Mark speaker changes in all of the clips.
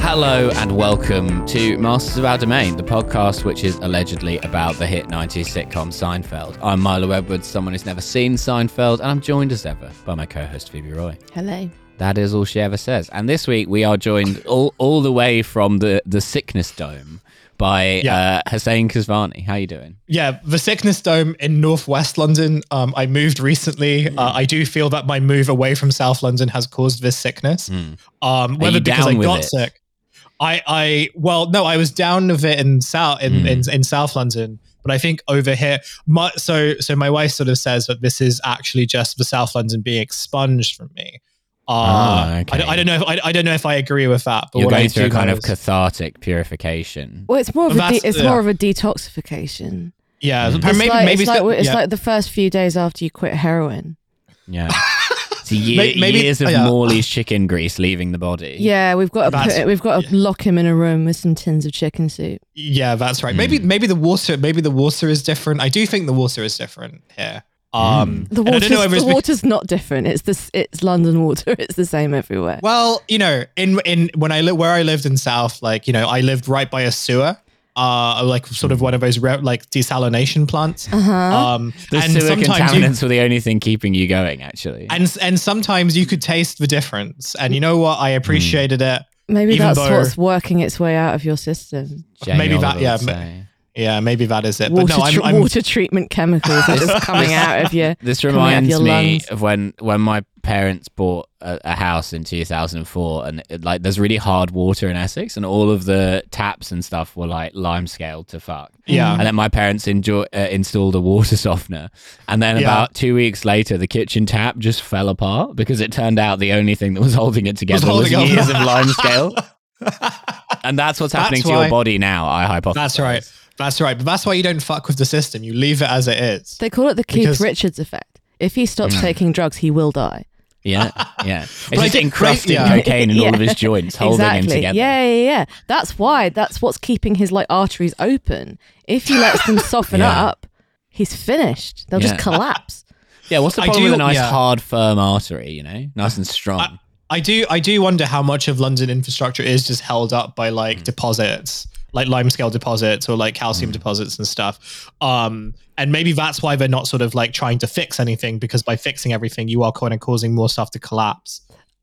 Speaker 1: Hello and welcome to Masters of Our Domain, the podcast which is allegedly about the hit 90s sitcom Seinfeld. I'm Milo Edwards, someone who's never seen Seinfeld, and I'm joined as ever by my co host Phoebe Roy.
Speaker 2: Hello.
Speaker 1: That is all she ever says. And this week we are joined all, all the way from the, the sickness dome by
Speaker 3: Yeah.
Speaker 1: uh, Hussein Kazvani. How you doing?
Speaker 3: Yeah, the Sickness Dome in Northwest London. Um, I moved recently.
Speaker 1: Hmm.
Speaker 3: Uh, I do feel that my move away from South London has caused this sickness. Um, whether
Speaker 1: Hmm. you
Speaker 3: because
Speaker 1: down
Speaker 3: I
Speaker 1: with
Speaker 3: got
Speaker 1: it?
Speaker 3: sick, I, I, well, no, I was down with it in South in,
Speaker 1: Mm.
Speaker 3: in, in South London, but I think over here, my, so so my wife sort of says that this is actually just the South London being expunged from me. Uh,
Speaker 1: Ah,
Speaker 3: I don't- I,
Speaker 1: okay.
Speaker 3: don't know. If, I, I don't know if I agree with that. But
Speaker 1: You're
Speaker 3: what I
Speaker 1: going through
Speaker 3: do
Speaker 1: a kind
Speaker 3: know
Speaker 1: of
Speaker 3: is-
Speaker 1: cathartic purification.
Speaker 2: Well, it's more of a
Speaker 3: That's-
Speaker 2: de- it's
Speaker 3: yeah.
Speaker 2: more of a detoxification.
Speaker 3: yeah,
Speaker 1: Mm.
Speaker 3: or
Speaker 2: It's
Speaker 3: maybe
Speaker 2: like,
Speaker 3: maybe
Speaker 2: it's, like,
Speaker 3: so-
Speaker 2: it's
Speaker 3: yeah.
Speaker 2: like the first few days after you quit heroin.
Speaker 1: Yeah. It's ye-
Speaker 3: May- maybe-
Speaker 1: years of
Speaker 3: yeah.
Speaker 1: Morley's chicken grease leaving the body.
Speaker 2: Yeah, we've got to
Speaker 3: That's-
Speaker 2: put it, we've got to lock him in a room with some tins of chicken soup.
Speaker 3: Yeah, that's right. Maybe
Speaker 1: Hmm.
Speaker 3: maybe the water maybe the water is different. I do think the water is different here.
Speaker 1: Hmm.
Speaker 3: Um,
Speaker 2: The
Speaker 3: and I
Speaker 2: water's,
Speaker 3: don't know whether
Speaker 2: the
Speaker 3: it's bec-
Speaker 2: water's not different. It's this it's London water. It's the same everywhere.
Speaker 3: well, you know, in in when I li- where I lived in South, like you know, I lived right by a sewer, uh, like sort
Speaker 1: Hmm.
Speaker 3: of one of those re- like desalination plants.
Speaker 2: Uh huh.
Speaker 3: Um,
Speaker 1: The
Speaker 3: and
Speaker 1: sewer
Speaker 3: sometimes you,
Speaker 1: contaminants were the only thing keeping you going, actually.
Speaker 3: and and sometimes you could taste the difference. And you know what?
Speaker 1: Hmm.
Speaker 3: I appreciated it.
Speaker 2: Maybe
Speaker 3: even
Speaker 2: that's
Speaker 3: though-
Speaker 2: what's working its way out of your system.
Speaker 1: Jane
Speaker 3: maybe that-
Speaker 1: Oliver
Speaker 3: yeah,
Speaker 1: would
Speaker 3: ma-
Speaker 1: say.
Speaker 3: Yeah, maybe that is it.
Speaker 2: Water,
Speaker 3: but no, I'm,
Speaker 2: tr-
Speaker 3: I'm
Speaker 2: water treatment chemicals are just coming out of you.
Speaker 1: This
Speaker 2: coming out of
Speaker 1: reminds
Speaker 2: your
Speaker 1: me
Speaker 2: lungs.
Speaker 1: of when when my parents bought a, a house in 2004, and it, like there's really hard water in Essex, and all of the taps and stuff were like lime scale to fuck.
Speaker 3: yeah.
Speaker 1: And then my parents enjoy, uh, installed a water softener, and then
Speaker 3: Yeah.
Speaker 1: about two weeks later, the kitchen tap just fell apart because it turned out the only thing that was holding it together was,
Speaker 3: holding on.
Speaker 1: years of lime scale. And that's what's happening
Speaker 3: That's
Speaker 1: to
Speaker 3: why-
Speaker 1: your body now. I hypothesize.
Speaker 3: That's right. That's right. But that's why you don't fuck with the system. You leave it as it is.
Speaker 2: They call it the Keith
Speaker 3: Because- Hmm.
Speaker 2: Richards effect. If he stops taking drugs, he will die.
Speaker 1: Yeah, yeah. It's
Speaker 3: Right,
Speaker 1: just
Speaker 3: right,
Speaker 1: encrusted
Speaker 3: yeah.
Speaker 1: cocaine in all of
Speaker 2: Yeah.
Speaker 1: his joints, holding him together.
Speaker 2: Yeah, yeah, yeah. That's why. That's what's keeping his like arteries open. If he lets them soften
Speaker 1: Yeah.
Speaker 2: up, he's finished. They'll
Speaker 1: Yeah.
Speaker 2: just collapse.
Speaker 1: Yeah, what's the
Speaker 3: I
Speaker 1: problem with
Speaker 3: do-
Speaker 1: a nice,
Speaker 3: yeah.
Speaker 1: hard, firm artery? You know, nice and strong.
Speaker 3: I do I do wonder how much of London infrastructure is just held up by like deposits, like limescale deposits or like calcium deposits and stuff. Um, and maybe that's why they're not sort of like trying to fix anything because by fixing everything, you are kind of causing more stuff to collapse.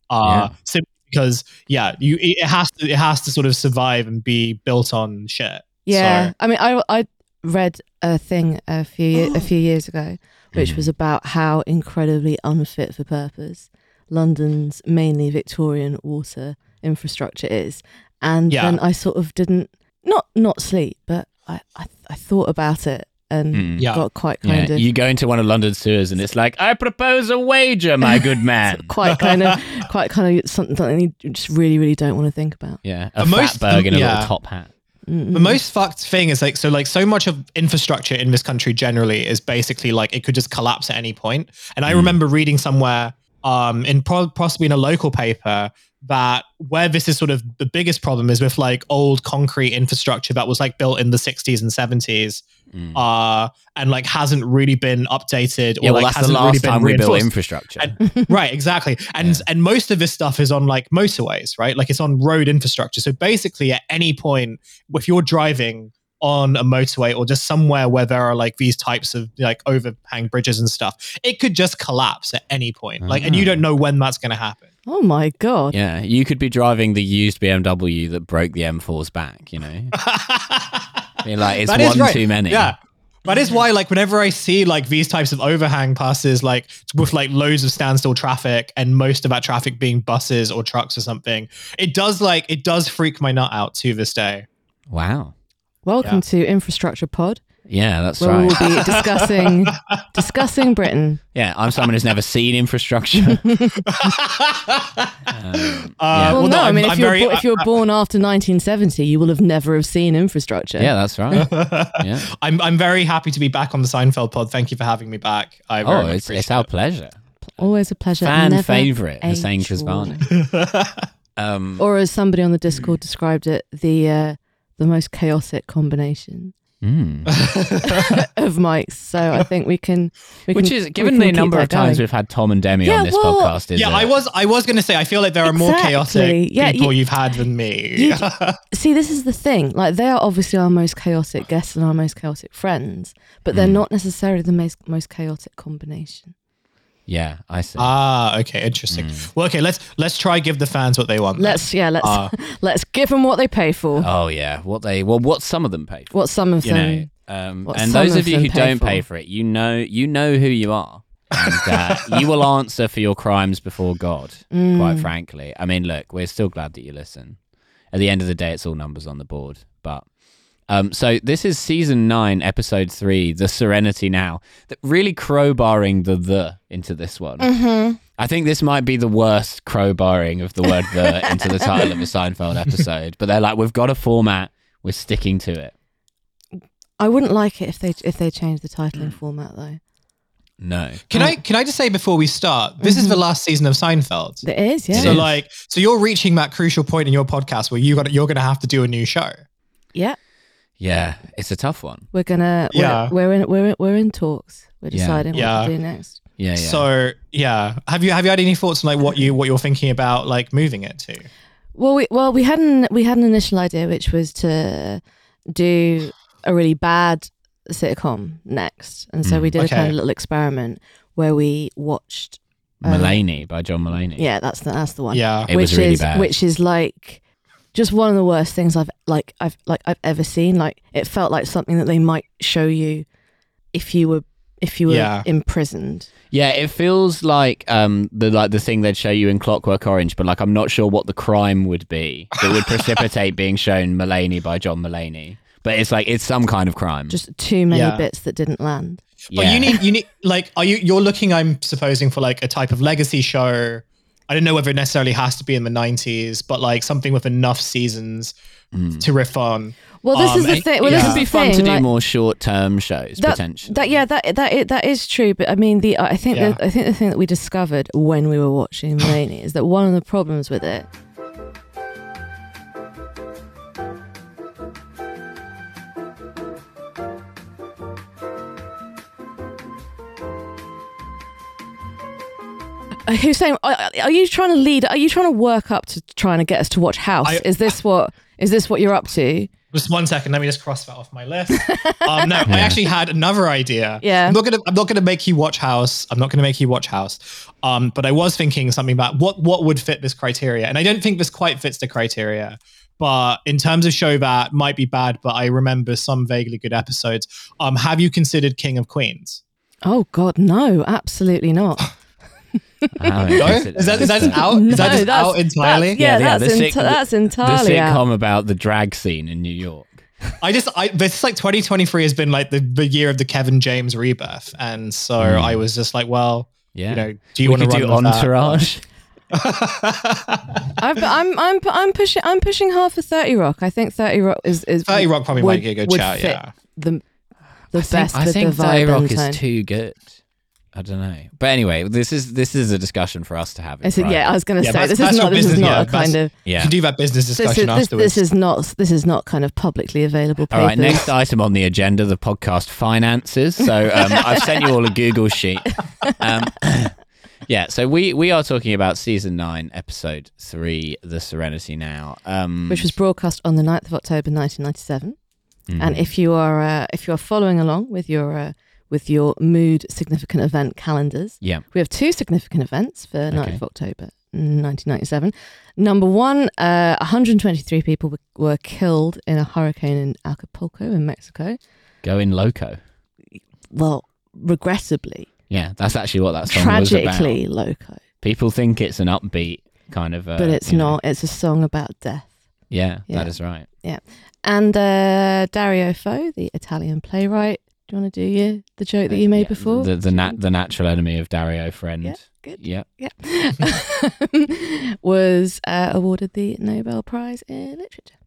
Speaker 3: Uh, simply because yeah, you it it has to it has to sort of survive and be built on shit.
Speaker 2: Yeah.
Speaker 3: So-
Speaker 2: I mean, I I read a thing a few ye- a few years ago, which
Speaker 1: Mm.
Speaker 2: was about how incredibly unfit for purpose London's mainly Victorian water infrastructure is, and
Speaker 3: Yeah.
Speaker 2: then I sort of didn't not not sleep, but I I, I thought about it and
Speaker 1: Mm.
Speaker 3: Yeah.
Speaker 2: got quite
Speaker 1: Yeah,
Speaker 2: kind of
Speaker 1: you go into one of London's sewers, and it's like, "I propose a wager, my good man."
Speaker 2: quite kind of quite kind of something, something you just really really don't want to think about.
Speaker 1: yeah, a
Speaker 3: The most-
Speaker 1: fatberg in a
Speaker 3: yeah.
Speaker 1: little top hat. Mm-hmm.
Speaker 3: The most fucked thing is like so like so much of infrastructure in this country generally is basically like it could just collapse at any point. And
Speaker 1: Mm.
Speaker 3: I remember reading somewhere um in pro- possibly in a local paper that where this is sort of the biggest problem is with like old concrete infrastructure that was like built in the 60s and 70s
Speaker 1: Mm.
Speaker 3: uh and like hasn't really been updated or
Speaker 1: yeah, well,
Speaker 3: like
Speaker 1: that's the
Speaker 3: hasn't
Speaker 1: last
Speaker 3: really been
Speaker 1: time we built
Speaker 3: reinforced
Speaker 1: infrastructure.
Speaker 3: right exactly and and most of this stuff is on like motorways right like it's on road infrastructure so basically at any point if you're driving on a motorway or just somewhere where there are like these types of like overhang bridges and stuff it could just collapse at any point like and you don't know when that's going to happen
Speaker 2: Oh my god!
Speaker 1: yeah, you could be driving the used BMW that broke the M4's back. You know, Be like it's
Speaker 3: That is
Speaker 1: one too many.
Speaker 3: yeah that is why like whenever i see like these types of overhang passes like with like loads of standstill traffic and most of that traffic being buses or trucks or something it does like it does freak my nut out to this day
Speaker 1: Wow.
Speaker 2: Welcome
Speaker 3: Yeah.
Speaker 2: to Infrastructure Pod,
Speaker 1: Yeah, that's
Speaker 2: where
Speaker 1: right.
Speaker 2: we will be discussing discussing Britain.
Speaker 1: Yeah, I'm someone who's never seen infrastructure. Um,
Speaker 3: Uh,
Speaker 2: well,
Speaker 3: well,
Speaker 2: no,
Speaker 3: no,
Speaker 2: I
Speaker 3: I'm-
Speaker 2: mean, if
Speaker 3: I'm
Speaker 2: you're
Speaker 3: very-
Speaker 2: bo- if you're born after 1970, you will have never have seen infrastructure.
Speaker 1: yeah, that's right. Yeah.
Speaker 3: i'm i'm very happy to be back on the seinfeld pod thank you for having me back i very
Speaker 1: Oh, it's,
Speaker 3: much
Speaker 1: it's
Speaker 3: appreciate
Speaker 1: our
Speaker 3: it.
Speaker 1: pleasure.
Speaker 2: always a pleasure.
Speaker 1: Fan
Speaker 2: Never
Speaker 1: favorite,
Speaker 2: age
Speaker 1: Hussein
Speaker 2: worn.
Speaker 1: Kazvani. Um,
Speaker 2: or as somebody on the Discord described it, the uh, the most chaotic combination.
Speaker 1: Mm.
Speaker 2: of Mike's. So I think we can. We
Speaker 1: Which
Speaker 2: can,
Speaker 1: is
Speaker 2: we
Speaker 1: given
Speaker 2: can
Speaker 1: the
Speaker 2: keep
Speaker 1: number
Speaker 2: that
Speaker 1: of times
Speaker 2: going.
Speaker 1: we've had Tom and Demi
Speaker 2: Yeah,
Speaker 1: on this
Speaker 2: well-
Speaker 1: podcast. Is
Speaker 3: yeah,
Speaker 1: it?
Speaker 3: I was I was gonna say I feel like there are more chaotic
Speaker 2: Exactly. Yeah, you-
Speaker 3: people you, have had than me.
Speaker 2: you- See, this is the thing. Like, they are obviously our most chaotic guests and our most chaotic friends, but they're
Speaker 1: Mm.
Speaker 2: not necessarily the most most chaotic combination.
Speaker 1: Yeah, I see.
Speaker 3: ah, okay, interesting.
Speaker 1: Hmm.
Speaker 3: Well, okay, let's let's try give the fans what they want. then.
Speaker 2: Let's yeah, let's
Speaker 3: Ah.
Speaker 2: let's give them what they pay for.
Speaker 1: oh yeah, what they well, what some of them pay for.
Speaker 2: what some of
Speaker 1: you
Speaker 2: them.
Speaker 1: know, um,
Speaker 2: what
Speaker 1: and
Speaker 2: some
Speaker 1: those
Speaker 2: of
Speaker 1: of you
Speaker 2: them
Speaker 1: who
Speaker 2: pay
Speaker 1: don't
Speaker 2: for.
Speaker 1: pay for it, you know, you know who you are. And, uh, you will answer for your crimes before God.
Speaker 2: Mm.
Speaker 1: Quite frankly, I mean, look, we're still glad that you listen. At the end of the day, it's all numbers on the board. But um, so this is season nine, episode three, the Serenity Now. Th- Really crowbarring the the into this one.
Speaker 2: Mm-hmm.
Speaker 1: I think this might be the worst crowbarring of the word the into the title of a Seinfeld episode. But they're like, we've got a format, we're sticking to it.
Speaker 2: I wouldn't like it if they if they changed the titling format though.
Speaker 1: No.
Speaker 3: Can I can I just say before we start, this is the last season of Seinfeld.
Speaker 2: It is, yeah,
Speaker 1: Mm-hmm. It
Speaker 3: so
Speaker 1: is.
Speaker 3: like, so you're reaching that crucial point in your podcast where you got you're gonna have to do a new show.
Speaker 2: yeah.
Speaker 1: Yeah, it's a tough one.
Speaker 2: We're gonna, we're,
Speaker 3: Yeah.
Speaker 2: we're in, we're in, we're in talks. We're
Speaker 1: Yeah.
Speaker 2: deciding
Speaker 3: Yeah.
Speaker 2: what to do next.
Speaker 1: Yeah, yeah.
Speaker 3: So yeah, have you have you had any thoughts on like what you what you're thinking about like moving it to?
Speaker 2: Well, we well we had an we had an initial idea which was to do a really bad sitcom next, and so we did
Speaker 3: Okay.
Speaker 2: a kind of little experiment where we watched.
Speaker 3: um,
Speaker 1: Mulaney by John Mulaney.
Speaker 2: Yeah, that's the that's the one.
Speaker 3: Yeah,
Speaker 1: It was
Speaker 2: which
Speaker 1: really
Speaker 2: is
Speaker 1: bad.
Speaker 2: which is like just one of the worst things I've like I've like I've ever seen. Like it felt like something that they might show you if you were if you were
Speaker 3: Yeah.
Speaker 2: imprisoned.
Speaker 1: Yeah, it feels like um the like the thing they'd show you in Clockwork Orange, but like I'm not sure what the crime would be that would precipitate being shown Mulaney by John Mulaney. But it's like it's some kind of crime.
Speaker 2: Just too many
Speaker 3: Yeah.
Speaker 2: bits that didn't land.
Speaker 1: Yeah.
Speaker 3: But you need you need like are you you're looking I'm supposing for like a type of legacy show. I don't know whether it necessarily has to be in the 90s, but like something with enough seasons
Speaker 1: Mm.
Speaker 3: to riff on.
Speaker 2: Well, this
Speaker 3: Um,
Speaker 2: is the
Speaker 3: it-
Speaker 2: thing. Well,
Speaker 1: it
Speaker 2: this
Speaker 1: would
Speaker 2: is
Speaker 1: be
Speaker 2: the
Speaker 1: fun
Speaker 2: thing.
Speaker 1: to do
Speaker 2: like,
Speaker 1: more short-term shows potentially.
Speaker 2: That, yeah, that that i- that is true. But I mean, the I think
Speaker 3: Yeah.
Speaker 2: the, I think the thing that we discovered when we were watching Mulaney is that one of the problems with it. Uh, Who's saying? Are, are you trying to lead? Are you trying to work up to trying to get us to watch House?
Speaker 3: I-
Speaker 2: is this what? Is this what you're up to?
Speaker 3: Just one second, let me just cross that off my list. Um, no, I actually had another idea.
Speaker 2: Yeah.
Speaker 3: I'm not gonna I'm not gonna make you watch House. I'm not gonna make you watch House. Um, but I was thinking something about what what would fit this criteria, and I don't think this quite fits the criteria. But in terms of show that might be bad, but I remember some vaguely good episodes. Um, have you considered King of Queens?
Speaker 2: Oh God, no! Absolutely not.
Speaker 1: Oh,
Speaker 3: No,
Speaker 1: yes, it
Speaker 3: is that is that
Speaker 1: uh,
Speaker 3: out? Is that
Speaker 2: No,
Speaker 3: just
Speaker 2: that's-
Speaker 3: out entirely?
Speaker 2: that's-
Speaker 1: Yeah,
Speaker 2: yeah,
Speaker 1: yeah,
Speaker 2: that's,
Speaker 1: the
Speaker 2: enti-
Speaker 1: sit-
Speaker 2: that's
Speaker 1: the
Speaker 2: entirely out.
Speaker 1: sitcom about the drag scene in New York?
Speaker 3: I just I this is like 2023 has been like the, the year of the Kevin James rebirth, and so I was just like, well,
Speaker 1: Hmm. Yeah.
Speaker 3: you know, do you
Speaker 1: we
Speaker 3: want to
Speaker 1: could do
Speaker 3: run with that?
Speaker 1: Entourage.
Speaker 2: I've, I'm I'm I'm pushing I'm pushing hard for Thirty Rock. I think Thirty Rock is is
Speaker 3: 30 Rock probably
Speaker 2: would-
Speaker 3: might get a good
Speaker 2: would
Speaker 3: shout,
Speaker 2: fit
Speaker 3: yeah.
Speaker 2: the the
Speaker 1: I think-
Speaker 2: best
Speaker 1: I
Speaker 2: with
Speaker 1: think
Speaker 2: the vibe
Speaker 1: Rock
Speaker 2: and tone.
Speaker 1: is too good. I don't know, but anyway, this is this is a discussion for us to have. in
Speaker 2: I said, yeah,
Speaker 1: private.
Speaker 2: I was going to
Speaker 3: Yeah,
Speaker 2: say
Speaker 3: that's-
Speaker 2: this
Speaker 3: that's
Speaker 2: is not
Speaker 3: your
Speaker 2: this is not
Speaker 3: business, yeah,
Speaker 2: a kind
Speaker 3: that's-
Speaker 2: of
Speaker 3: You
Speaker 1: yeah.
Speaker 3: can do that business
Speaker 2: this
Speaker 3: discussion
Speaker 2: is this,
Speaker 3: afterwards.
Speaker 2: this is not this is not kind of publicly available
Speaker 1: All
Speaker 2: papers.
Speaker 1: right, next item on the agenda the podcast finances. So um, I've sent you all a Google sheet. Um, yeah, so we, we are talking about season nine, episode three, The Serenity Now. Um,
Speaker 2: which was broadcast on the 9th of October 1997.
Speaker 1: Mm-hmm.
Speaker 2: And if you are uh, if you are following along with your uh, with your mood significant event calendars,
Speaker 1: Yeah.
Speaker 2: we have two significant events for 9th
Speaker 1: Okay.
Speaker 2: of October 1997. Number one, uh, 123 people were, were killed in a hurricane in Acapulco in Mexico.
Speaker 1: Going Loco.
Speaker 2: Well, regrettably,
Speaker 1: Yeah, that's actually what that song was about.
Speaker 2: tragically loco,
Speaker 1: People think it's an upbeat kind of. Uh,
Speaker 2: but it's
Speaker 1: you know-
Speaker 2: not. It's a song about death.
Speaker 1: Yeah,
Speaker 2: Yeah.
Speaker 1: that is right.
Speaker 2: And uh, Dario Fo, the Italian playwright. Do you want to do you the joke that you made
Speaker 1: Uh, Yeah,
Speaker 2: before?
Speaker 1: The, the, nat- the natural enemy of Dario Friend.
Speaker 2: Yeah, good.
Speaker 1: Yeah.
Speaker 2: was uh, awarded the Nobel Prize in Literature.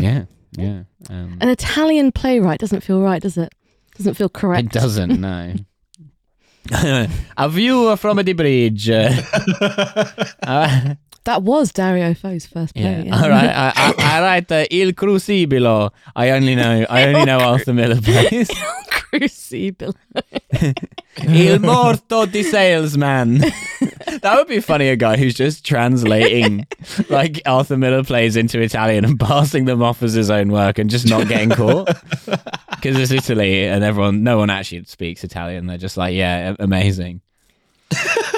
Speaker 1: Yeah. Yeah. Um,
Speaker 2: An Italian playwright doesn't feel right, does it? Doesn't feel correct.
Speaker 1: It doesn't, no. a view from the bridge. Uh,
Speaker 2: That was Dario Fo's first
Speaker 1: Yeah.
Speaker 2: play.
Speaker 1: All right. I, I, I write the Il Crucibilo. I only know. I only know Arthur Miller plays.
Speaker 2: Crucible.
Speaker 1: Il morto di salesman. that would be funny. A guy who's just translating like Arthur Miller plays into Italian and passing them off as his own work and just not getting caught because it's Italy and everyone, no one actually speaks Italian. They're just like, yeah, a- amazing.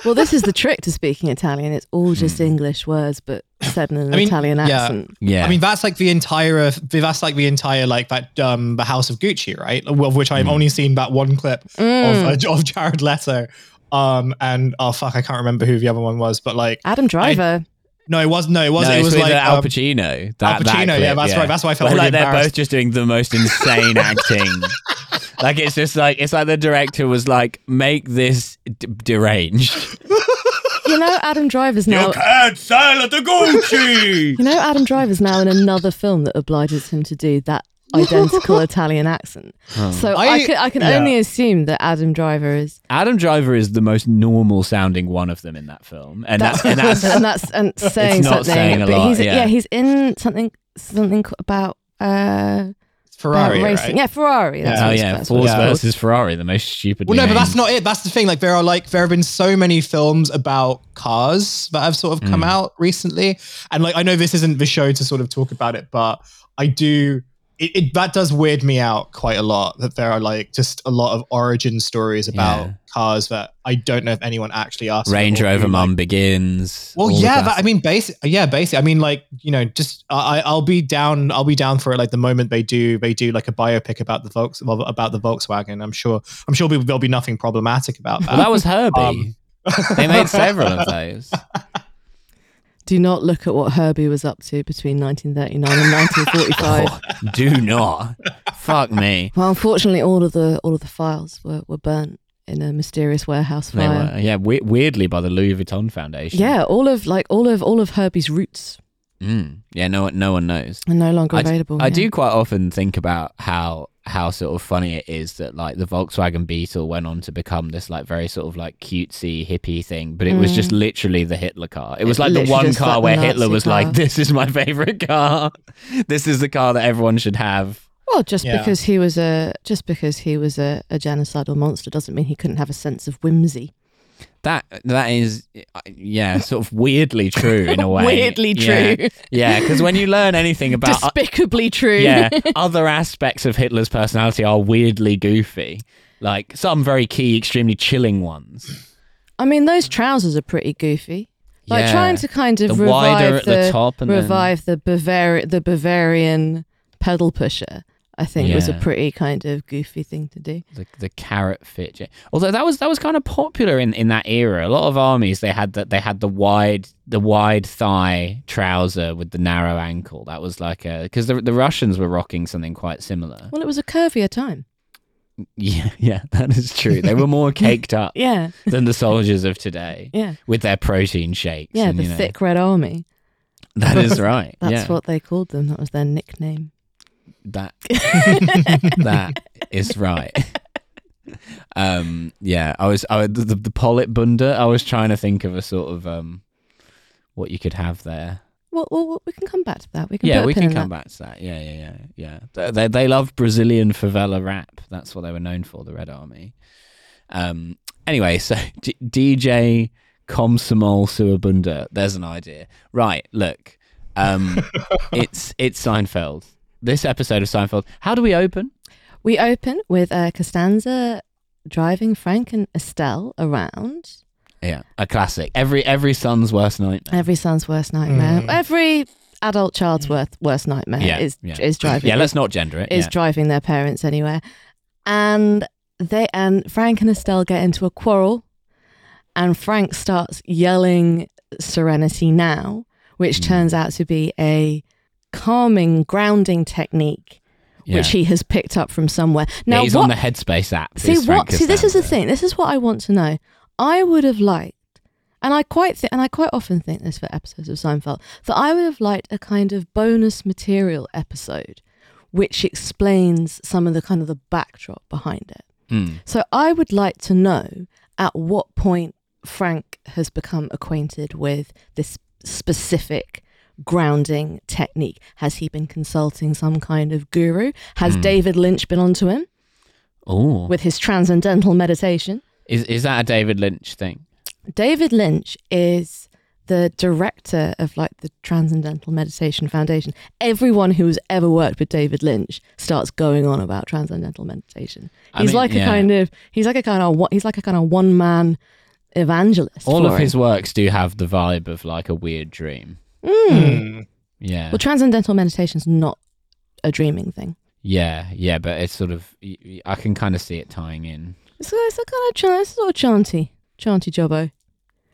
Speaker 2: Well, this is the trick to speaking Italian. It's all just English words, but said in an
Speaker 3: I mean,
Speaker 2: Italian
Speaker 3: yeah.
Speaker 2: accent.
Speaker 1: Hmm. Yeah.
Speaker 3: I mean, that's like the entire. of- That's like the entire like that. Um, the House of Gucci, right? Of which
Speaker 1: Hmm.
Speaker 3: I've only seen that one clip
Speaker 2: Hmm.
Speaker 3: of, uh, of Jared Leto. Um, and oh fuck, I can't remember who the other one was, but like,
Speaker 2: Adam Driver.
Speaker 3: no, it was no, it
Speaker 1: no,
Speaker 3: was not it
Speaker 1: it's
Speaker 3: was
Speaker 1: with uh,
Speaker 3: like
Speaker 1: Al
Speaker 3: um,
Speaker 1: Pacino. That, that
Speaker 3: Al Pacino, yeah,
Speaker 1: clip,
Speaker 3: that's right, that's why I felt
Speaker 1: Where,
Speaker 3: really
Speaker 1: like they're both
Speaker 3: embarrassed.
Speaker 1: just doing the most insane acting. Like it's just like it's like the director was like, make this d- deranged.
Speaker 2: you know, Adam Driver's now.
Speaker 1: can't sell the Gucci.
Speaker 2: You know, Adam Driver's now in another film that obliges him to do that identical Italian accent. So I,
Speaker 3: I-
Speaker 2: can, I can
Speaker 3: yeah.
Speaker 2: only assume that Adam Driver is.
Speaker 1: Adam Driver is the most normal sounding one of them in that film, and that's and that's
Speaker 2: and that's and saying
Speaker 1: not
Speaker 2: something.
Speaker 1: saying a
Speaker 2: but
Speaker 1: lot,
Speaker 2: he's,
Speaker 1: yeah.
Speaker 2: he's in something something c- about uh about
Speaker 3: Ferrari,
Speaker 2: racing.
Speaker 3: right?
Speaker 2: Yeah, Ferrari. That's
Speaker 1: oh
Speaker 2: what it's-
Speaker 1: yeah,
Speaker 2: that's what it's
Speaker 1: Ford
Speaker 3: Yeah.
Speaker 2: called.
Speaker 1: versus Ferrari, the most stupid.
Speaker 3: Well, no, but that's not it. That's the thing. Like, there are like there have been so many films about cars that have sort of
Speaker 1: Hmm.
Speaker 3: come out recently, and like I know this isn't the show to sort of talk about it, but I do. It, it that does weird me out quite a lot that there are like just a lot of origin stories about
Speaker 1: Yeah.
Speaker 3: cars that I don't know if anyone actually asked. for
Speaker 1: Range
Speaker 3: or
Speaker 1: Rover
Speaker 3: who, like,
Speaker 1: Mum begins.
Speaker 3: well,
Speaker 1: all the
Speaker 3: yeah, that,
Speaker 1: classics.
Speaker 3: I mean, basic, yeah, basic. I mean, like you know, just I, I- I'll be down, I'll be down for it. Like the moment they do, they do like a biopic about the Volks, well, about the Volkswagen. I'm sure, I'm sure there'll be nothing problematic about
Speaker 1: well, that
Speaker 3: that.
Speaker 1: was Herbie.
Speaker 3: Um,
Speaker 1: they made several of those.
Speaker 2: Do not look at what Herbie was up to between 1939 and 1945.
Speaker 1: Oh, Do not. Fuck me.
Speaker 2: well, unfortunately, all of the all of the files were, were burnt in a mysterious warehouse
Speaker 1: They
Speaker 2: fire.
Speaker 1: were, yeah, we- weirdly by the Louis Vuitton Foundation.
Speaker 2: Yeah, all of like all of all of Herbie's roots
Speaker 1: Mm. Yeah, no one, no one knows.
Speaker 2: are no longer
Speaker 1: I d-
Speaker 2: available.
Speaker 1: I
Speaker 2: yeah.
Speaker 1: do quite often think about how how sort of funny it is that like the Volkswagen Beetle went on to become this like very sort of like cutesy hippie thing, but it was just literally the Hitler car. It was like the
Speaker 2: Mm. literally
Speaker 1: one
Speaker 2: just
Speaker 1: car
Speaker 2: like the
Speaker 1: where
Speaker 2: Nazi
Speaker 1: Hitler was
Speaker 2: car.
Speaker 1: like, "This is my favorite car. this is the car that everyone should have."
Speaker 2: Well, just
Speaker 3: Yeah.
Speaker 2: because he was a just because he was a, a genocidal monster doesn't mean he couldn't have a sense of whimsy.
Speaker 1: That that is, uh, yeah, sort of weirdly true in a way.
Speaker 2: Weirdly
Speaker 1: Yeah.
Speaker 2: true.
Speaker 1: Yeah, because when you learn anything about uh,
Speaker 2: Despicably true.
Speaker 1: yeah, other aspects of Hitler's personality are weirdly goofy. Like some very key, extremely chilling ones.
Speaker 2: I mean, those trousers are pretty goofy. Like
Speaker 1: Yeah.
Speaker 2: trying to kind
Speaker 1: The
Speaker 2: of revive
Speaker 1: wider at the
Speaker 2: the,
Speaker 1: top and then-
Speaker 2: revive the Bavari- the Bavarian pedal pusher. I think was a
Speaker 1: Yeah.
Speaker 2: pretty kind of goofy thing to do.
Speaker 1: The, the carrot fit. ja- Although that was that was kind of popular in, in that era. A lot of armies they had that they had the wide the wide thigh trouser with the narrow ankle. That was like a because the the Russians were rocking something quite similar.
Speaker 2: Well, it was a curvier time.
Speaker 1: Yeah, yeah, that is true. They were more caked up
Speaker 2: Yeah,
Speaker 1: than the soldiers of today
Speaker 2: yeah,
Speaker 1: with their protein shakes.
Speaker 2: yeah.
Speaker 1: and,
Speaker 2: the
Speaker 1: you know,
Speaker 2: thick red army.
Speaker 1: That is right.
Speaker 2: That's
Speaker 1: yeah.
Speaker 2: what they called them. That was their nickname.
Speaker 1: that that is right. Um, yeah, I was, I was the, the Politbunda. I was trying to think of a sort of um, what you could have there.
Speaker 2: Well, well, well, we can come back to that. We can
Speaker 1: yeah,
Speaker 2: put a
Speaker 1: we
Speaker 2: pin
Speaker 1: can
Speaker 2: in
Speaker 1: come
Speaker 2: that.
Speaker 1: back to that. Yeah, yeah, yeah, yeah. They, they they love Brazilian favela rap. That's what they were known for, the Red Army. Um. Anyway, so D- DJ Komsomol Suabunda. There's an idea. Right. Look. Um. it's it's Seinfeld. This episode of Seinfeld. How do we open?
Speaker 2: We open with uh, Costanza driving Frank and Estelle around.
Speaker 1: Yeah, a classic. Every every son's worst nightmare.
Speaker 2: Every son's worst nightmare. Every adult child's worth, worst nightmare
Speaker 1: Mm. Yeah,
Speaker 2: is
Speaker 1: yeah.
Speaker 2: is driving.
Speaker 1: Yeah, let's not gender it.
Speaker 2: is
Speaker 1: yeah.
Speaker 2: driving their parents anywhere, and they and Frank and Estelle get into a quarrel, and Frank starts yelling "Serenity now," which
Speaker 1: Mm.
Speaker 2: turns out to be a calming grounding technique.
Speaker 1: Yeah.
Speaker 2: Which he has picked up from somewhere.
Speaker 1: Yeah,
Speaker 2: Now,
Speaker 1: he's
Speaker 2: what
Speaker 1: on the Headspace app.
Speaker 2: See
Speaker 1: is Frank
Speaker 2: what? See, this is the
Speaker 1: Costanza.
Speaker 2: thing. This is what I want to know. I would have liked, and I quite thi- and I quite often think this for episodes of Seinfeld that I would have liked a kind of bonus material episode, which explains some of the kind of the backdrop behind it.
Speaker 1: Mm.
Speaker 2: So I would like to know at what point Frank has become acquainted with this specific grounding technique? Has he been consulting some kind of guru? Has
Speaker 1: Hmm.
Speaker 2: David Lynch been onto him
Speaker 1: Oh,
Speaker 2: with his transcendental meditation?
Speaker 1: is is that a David Lynch thing?
Speaker 2: David Lynch is the director of like the Transcendental Meditation Foundation. Everyone who's ever worked with David Lynch starts going on about transcendental meditation.
Speaker 1: I
Speaker 2: He's
Speaker 1: mean,
Speaker 2: like
Speaker 1: yeah.
Speaker 2: a kind of he's like a kind of one- he's like a kind of one man evangelist.
Speaker 1: All
Speaker 2: for
Speaker 1: of
Speaker 2: it.
Speaker 1: his works do have the vibe of like a weird dream.
Speaker 2: Mm.
Speaker 1: Yeah,
Speaker 2: well, transcendental meditation's not a dreaming thing.
Speaker 1: yeah, yeah. But it's sort of y- y- I can kind of see it tying in.
Speaker 2: It's, it's a kind of chan- it's sort of chanty, chanty jobbo.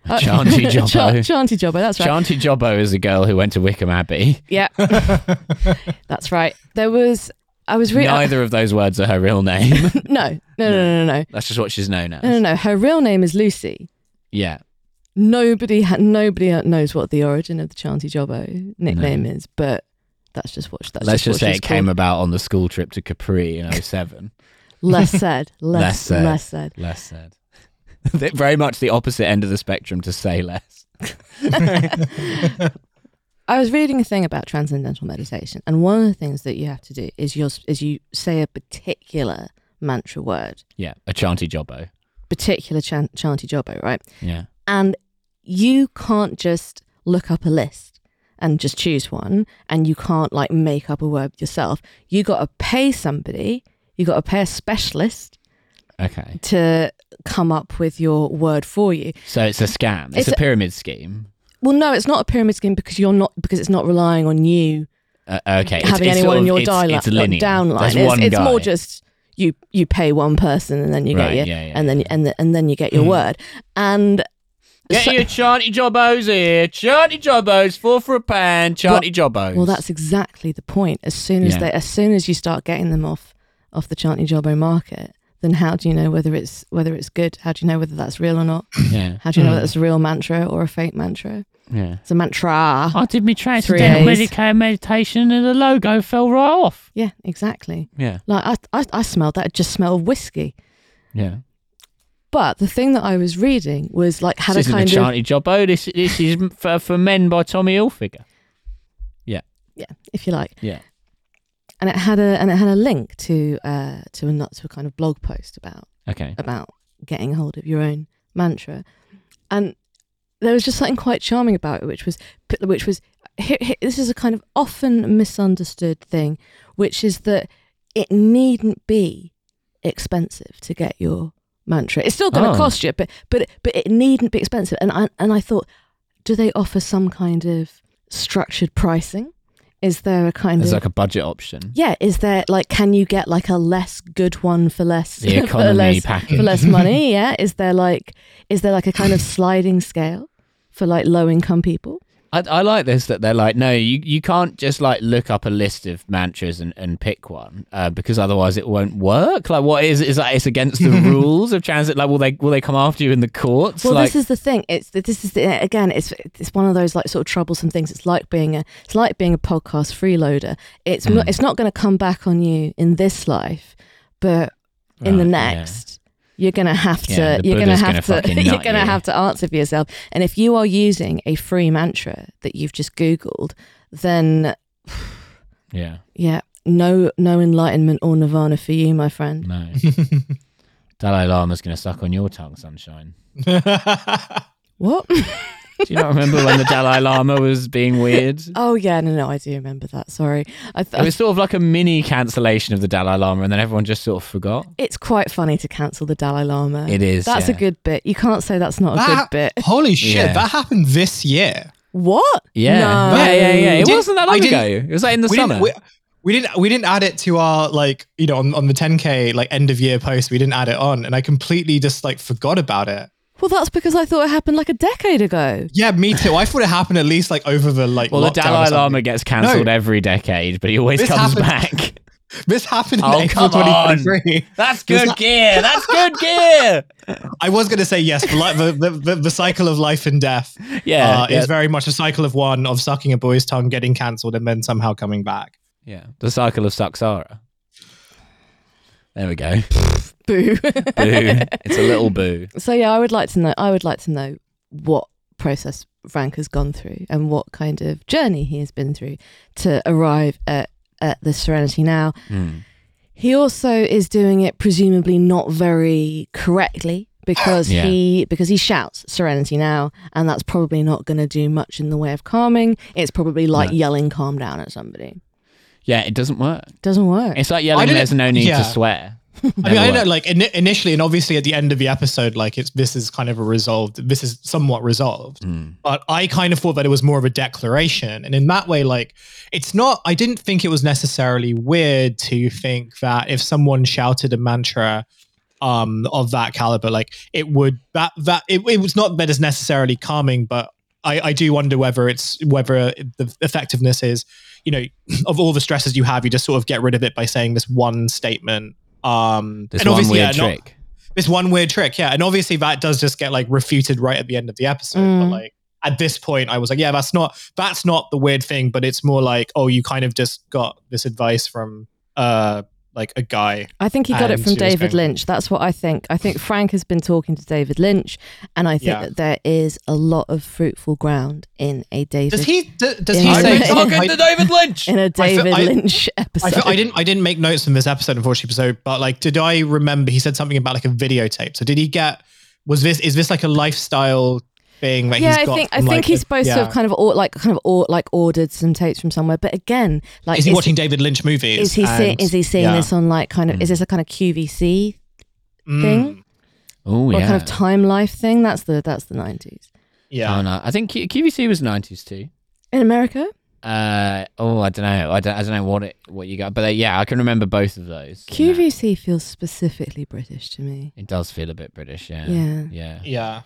Speaker 2: Uh,
Speaker 1: Chanty jobbo.
Speaker 2: Chan- chanty jobbo. That's right.
Speaker 1: Chanty Jobbo is a girl who went to Wickham Abbey.
Speaker 2: yeah, that's right. There was I was reading.
Speaker 1: Neither of those words are her real name.
Speaker 2: no, no, no, no, no, no.
Speaker 1: That's just what she's known as.
Speaker 2: No, no, no. Her real name is Lucy.
Speaker 1: Yeah,
Speaker 2: Nobody ha- nobody knows what the origin of the Chanty Jobbo nickname is, but that's just what that's
Speaker 1: let's just
Speaker 2: what
Speaker 1: say
Speaker 2: she's
Speaker 1: it came
Speaker 2: called.
Speaker 1: about on the school trip to Capri in 07.
Speaker 2: Less said, less,
Speaker 1: Less
Speaker 2: less
Speaker 1: said.
Speaker 2: said.
Speaker 1: Less said. Very much the opposite end of the spectrum to say less.
Speaker 2: I was reading a thing about transcendental meditation, and one of the things that you have to do is you is you say a particular mantra word,
Speaker 1: Yeah, a chanty jobbo.
Speaker 2: particular chan- Chanty Jobbo, right?
Speaker 1: Yeah.
Speaker 2: And you can't just look up a list and just choose one and you can't like make up a word yourself. You got to pay somebody, you got to pay a specialist
Speaker 1: Okay.
Speaker 2: to come up with your word for you.
Speaker 1: So it's a scam. It's,
Speaker 2: It's
Speaker 1: a
Speaker 2: a-
Speaker 1: pyramid scheme.
Speaker 2: Well, no, it's not a pyramid scheme because you're not because it's not relying on you
Speaker 1: Uh, okay. it's-
Speaker 2: having
Speaker 1: it's
Speaker 2: anyone
Speaker 1: sort
Speaker 2: in
Speaker 1: of-
Speaker 2: your
Speaker 1: it's,
Speaker 2: dial-
Speaker 1: it's linear.
Speaker 2: downline.
Speaker 1: There's
Speaker 2: it's
Speaker 1: one
Speaker 2: it's
Speaker 1: guy.
Speaker 2: more just you you pay one person and then you
Speaker 1: Right,
Speaker 2: get your
Speaker 1: yeah, yeah, Mm.
Speaker 2: and then and the, and then you get your word. And
Speaker 1: Get
Speaker 2: so-
Speaker 1: your chanty jobbos here. Chanty jobbos. Four for a pan. Chanty jobbos.
Speaker 2: Well, that's exactly the point. As soon as
Speaker 1: Yeah.
Speaker 2: they, as soon as you start getting them off off the Chanty Jobbo market, then how do you know whether it's whether it's good? How do you know whether that's real or not?
Speaker 1: Yeah.
Speaker 2: How do you know whether it's a real mantra or a fake mantra?
Speaker 1: Yeah.
Speaker 2: It's a mantra.
Speaker 1: I did my transcendental
Speaker 2: transcendental A's.
Speaker 1: meditation and the logo fell right off.
Speaker 2: Yeah, exactly.
Speaker 1: Yeah.
Speaker 2: Like I, I, I smelled that. It just smelled of whiskey.
Speaker 1: Yeah.
Speaker 2: But the thing that I was reading was like had
Speaker 1: this
Speaker 2: a
Speaker 1: isn't a
Speaker 2: kind of
Speaker 1: chanty jobbo. This, this is for, for men by Tommy Hilfiger.
Speaker 2: yeah, if you like,
Speaker 1: Yeah.
Speaker 2: and it had a and it had a link to uh to a nut to a kind of blog post about
Speaker 1: Okay.
Speaker 2: about getting hold of your own mantra. And there was just something quite charming about it, which was, which was, here, here- this is a kind of often misunderstood thing, which is that it needn't be expensive to get your mantra. It's still going to
Speaker 1: Oh.
Speaker 2: cost you, but but but it needn't be expensive. And I and I thought, do they offer some kind of structured pricing? Is there a kind
Speaker 1: There's
Speaker 2: of
Speaker 1: like a budget option.
Speaker 2: yeah, is there like can you get like a less good one for less
Speaker 1: The
Speaker 2: for
Speaker 1: economy
Speaker 2: less
Speaker 1: package.
Speaker 2: for less money? Yeah, is there like is there like a kind of sliding scale for like low income people?
Speaker 1: I, I like this that they're like, no, you, you can't just like look up a list of mantras and, and pick one uh, because otherwise it won't work. Like, what is is that? It's against the rules of transit. Like, will they will they come after you in the courts?
Speaker 2: Well,
Speaker 1: like,
Speaker 2: this is the thing. It's that this is the, again. It's it's one of those like sort of troublesome things. It's like being a it's like being a podcast freeloader. It's mo-
Speaker 1: Mm.
Speaker 2: it's not going to come back on you in this life, but in
Speaker 1: Right, oh,
Speaker 2: the
Speaker 1: yeah.
Speaker 2: next. You're gonna have to.
Speaker 1: Yeah, the
Speaker 2: you're gonna
Speaker 1: Buddha's
Speaker 2: have
Speaker 1: gonna
Speaker 2: to.
Speaker 1: fucking
Speaker 2: You're
Speaker 1: nut
Speaker 2: gonna
Speaker 1: you.
Speaker 2: have to answer for yourself. And if you are using a free mantra that you've just googled, then
Speaker 1: yeah,
Speaker 2: yeah, no, no enlightenment or nirvana for you, my friend.
Speaker 1: no. Dalai Lama's gonna suck on your tongue, sunshine.
Speaker 2: What?
Speaker 1: Do you not remember when the Dalai Lama was being weird?
Speaker 2: oh yeah, no, no, I do remember that. Sorry, I, th-
Speaker 1: It was sort of like a mini cancellation of the Dalai Lama, and then everyone just sort of forgot.
Speaker 2: It's quite funny to cancel the Dalai Lama.
Speaker 1: It is,
Speaker 2: That's
Speaker 1: yeah.
Speaker 2: a good bit. You can't say that's not a
Speaker 3: That-
Speaker 2: good bit.
Speaker 3: Holy shit,
Speaker 1: Yeah.
Speaker 3: that happened this year.
Speaker 2: What?
Speaker 1: Yeah,
Speaker 2: No.
Speaker 1: yeah, yeah, yeah. It
Speaker 3: Did-
Speaker 1: wasn't that
Speaker 3: I
Speaker 1: long ago.
Speaker 3: didn't-
Speaker 1: It was like in the
Speaker 3: we
Speaker 1: summer.
Speaker 3: Didn't, we, we didn't we didn't add it to our like you know on, on the 10k like end of year post we didn't add it on and I completely just like forgot about it.
Speaker 2: Well, that's because I thought it happened like a decade ago.
Speaker 3: Yeah, me too. I thought it happened at least like over the like.
Speaker 1: Well, the
Speaker 3: lockdown or
Speaker 1: Dalai
Speaker 3: something.
Speaker 1: Lama gets cancelled
Speaker 3: No.
Speaker 1: every decade, but he always
Speaker 3: This
Speaker 1: comes
Speaker 3: happened-
Speaker 1: back.
Speaker 3: This happened in
Speaker 1: Oh,
Speaker 3: April
Speaker 1: come on.
Speaker 3: 2023.
Speaker 1: That's
Speaker 3: This
Speaker 1: good
Speaker 3: ha-
Speaker 1: gear. That's good gear.
Speaker 3: I was going to say yes, but like the, the, the, the cycle of life and death
Speaker 1: Yeah,
Speaker 3: uh,
Speaker 1: yeah.
Speaker 3: is very much a cycle of one of sucking a boy's tongue, getting cancelled, and then somehow coming back.
Speaker 1: Yeah, the cycle of Saksara. There we go.
Speaker 2: Boo.
Speaker 1: Boo. it's a little boo.
Speaker 2: so yeah, I would like to know. I would like to know what process Frank has gone through and what kind of journey he has been through to arrive at, at the Serenity now.
Speaker 1: Hmm.
Speaker 2: He also is doing it presumably not very correctly because
Speaker 1: Yeah.
Speaker 2: he because he shouts serenity now and that's probably not going to do much in the way of calming. It's probably like
Speaker 1: No.
Speaker 2: yelling calm down at somebody.
Speaker 1: Yeah, it doesn't work.
Speaker 2: Doesn't work.
Speaker 1: It's like yelling.
Speaker 3: didn't-
Speaker 1: There's no need
Speaker 3: yeah.
Speaker 1: to swear.
Speaker 3: I mean, I know, like ini initially, and obviously at the end of the episode, like it's this is kind of a resolved. This is somewhat resolved,
Speaker 1: Hmm.
Speaker 3: but I kind of thought that it was more of a declaration, and in that way, like it's not. I didn't think it was necessarily weird to think that if someone shouted a mantra um of that caliber like it would that that it, it was not that it's necessarily calming but i i do wonder whether it's whether the effectiveness is you know of all the stresses you have you just sort of get rid of it by saying this one statement um
Speaker 1: There's one weird
Speaker 3: yeah, not-
Speaker 1: trick.
Speaker 3: this one weird trick yeah and obviously that does just get like refuted right at the end of the episode
Speaker 2: Mm.
Speaker 3: but like at this point i was like yeah that's not that's not the weird thing but it's more like oh you kind of just got this advice from uh like a guy
Speaker 2: I think he got it
Speaker 3: And
Speaker 2: from
Speaker 3: she was
Speaker 2: David
Speaker 3: going-
Speaker 2: Lynch. That's what I think. I think Frank has been talking to David Lynch and I think
Speaker 3: Yeah.
Speaker 2: that there is a lot of fruitful ground in a David
Speaker 3: does he d- does
Speaker 2: Yeah.
Speaker 3: he
Speaker 2: I
Speaker 3: say
Speaker 2: mean,
Speaker 3: "Talking
Speaker 2: I-
Speaker 3: to
Speaker 1: David Lynch.
Speaker 2: in a
Speaker 3: feel-
Speaker 2: David
Speaker 3: I-
Speaker 2: Lynch
Speaker 3: I,
Speaker 2: episode.
Speaker 3: feel- I didn't. I didn't make notes from this episode, unfortunately. So, but like, did I remember he said something about like a videotape? So, did he get? Was this? Is this like a lifestyle thing that
Speaker 2: yeah,
Speaker 3: he's
Speaker 2: I
Speaker 3: got?
Speaker 2: think I
Speaker 3: from,
Speaker 2: think
Speaker 3: like,
Speaker 2: he's
Speaker 3: a-
Speaker 2: supposed to
Speaker 3: yeah.
Speaker 2: have kind of or, like kind of or, like ordered some tapes from somewhere. But again, like
Speaker 3: Is he
Speaker 2: it's-
Speaker 3: watching David Lynch movies?
Speaker 2: Is he see,
Speaker 3: and-
Speaker 2: is he seeing
Speaker 3: yeah. Hmm.
Speaker 2: this on like kind of
Speaker 1: Mm.
Speaker 2: is this a kind of QVC
Speaker 3: Mm,
Speaker 2: thing?
Speaker 1: Oh
Speaker 2: or
Speaker 1: yeah.
Speaker 2: kind of time life thing? That's the that's the nineties
Speaker 1: Oh,
Speaker 3: yeah.
Speaker 1: no. I think Q- QVC was nineties too.
Speaker 2: in America.
Speaker 1: Uh oh, I don't know. I don't. I don't know what it what you got, but uh, yeah, I can remember both of those. in that.
Speaker 2: QVC feels specifically British to me.
Speaker 1: It does feel a bit British, yeah.
Speaker 2: Yeah.
Speaker 1: Yeah. Yeah,
Speaker 3: Yeah.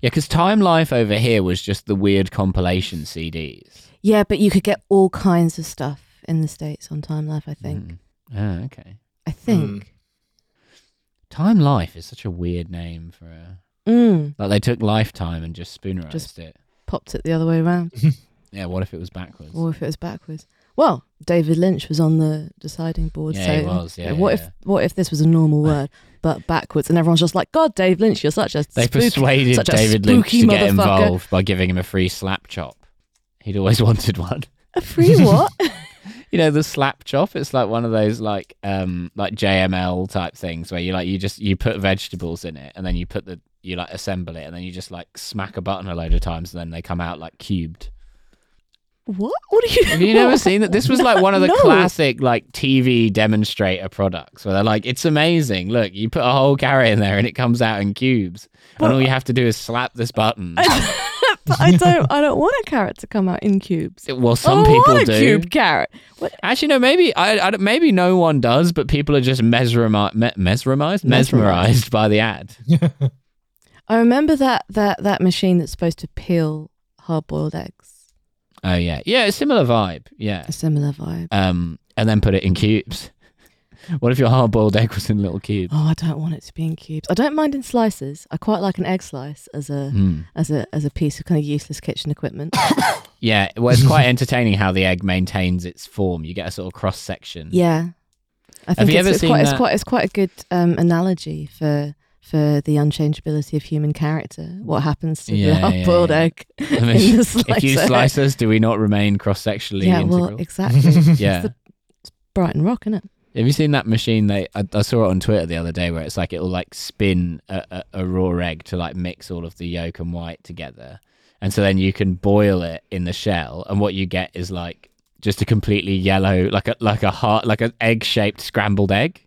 Speaker 1: because Time Life over here was just the weird compilation CDs.
Speaker 2: Yeah, but you could get all kinds of stuff in the states on Time Life. I think.
Speaker 1: Mm. Oh, okay.
Speaker 2: I think.
Speaker 1: Time Life is such a weird name for a.
Speaker 2: Mm.
Speaker 1: Like they took Lifetime and just spoonerized
Speaker 2: Just-
Speaker 1: it.
Speaker 2: Popped it the other way around,
Speaker 1: Yeah, what if it was backwards?
Speaker 2: or if it was backwards. Well, David Lynch was on the deciding board.
Speaker 1: Yeah,
Speaker 2: so
Speaker 1: he was, yeah,
Speaker 2: what
Speaker 1: yeah.
Speaker 2: if what if this was a normal word but backwards, and everyone's just like, "God, Dave Lynch, you're such a
Speaker 1: they
Speaker 2: spooky,
Speaker 1: persuaded
Speaker 2: such a
Speaker 1: David Lynch
Speaker 2: spooky
Speaker 1: to get
Speaker 2: motherfucker."
Speaker 1: involved by giving him a free slap chop. He'd always wanted one.
Speaker 2: A free what?
Speaker 1: You know the slap chop. It's like one of those like um like JML type things where you like you just you put vegetables in it and then you put the you like assemble it and then you just like smack a button a load of times and then they come out like cubed.
Speaker 2: What? What are you?
Speaker 1: Have you never seen that? This was like one of the
Speaker 2: No.
Speaker 1: classic like TV demonstrator products where they're like, "It's amazing! Look, you put a whole carrot in there and it comes out in cubes, and all you have to do is slap this button."
Speaker 2: but I don't. I don't want a carrot to come out in cubes.
Speaker 1: well, some
Speaker 2: I don't
Speaker 1: people
Speaker 2: want a
Speaker 1: do.
Speaker 2: cubed carrot. What?
Speaker 1: Actually, no. Maybe I, I don't- maybe no one does, but people are just mesmerized, me, mesmerized, mesmerized by the ad.
Speaker 2: I remember that that that machine that's supposed to peel hard-boiled eggs.
Speaker 1: Oh yeah, yeah. It's similar vibe. Yeah.
Speaker 2: A similar vibe.
Speaker 1: Um, and then put it in cubes. What if your hard-boiled egg was in little cubes?
Speaker 2: Oh, I don't want it to be in cubes. I don't mind in slices. I quite like an egg slice as a
Speaker 1: Hmm.
Speaker 2: as a as a piece of kind of useless kitchen equipment.
Speaker 1: Yeah, well, it's quite entertaining how the egg maintains its form. You get a sort of cross section.
Speaker 2: yeah. I think
Speaker 1: you
Speaker 2: it's,
Speaker 1: ever
Speaker 2: it's
Speaker 1: seen
Speaker 2: quite, it's
Speaker 1: that-
Speaker 2: quite it's quite a good um, analogy for for the unchangeability of human character. What happens to
Speaker 1: Yeah,
Speaker 2: the
Speaker 1: yeah,
Speaker 2: hard-boiled
Speaker 1: yeah.
Speaker 2: egg
Speaker 1: I mean,
Speaker 2: in the
Speaker 1: if you
Speaker 2: slicer?
Speaker 1: slice us, do we not remain cross-sectionally
Speaker 2: Yeah,
Speaker 1: integral?
Speaker 2: well, exactly.
Speaker 1: yeah.
Speaker 2: the- Brighton Rock, innit?
Speaker 1: Have you seen that machine? They I, I saw it on Twitter the other day, where it's like it'll like spin a, a, a raw egg to like mix all of the yolk and white together, and so then you can boil it in the shell, and what you get is like just a completely yellow, like a like a heart, like an egg-shaped scrambled egg.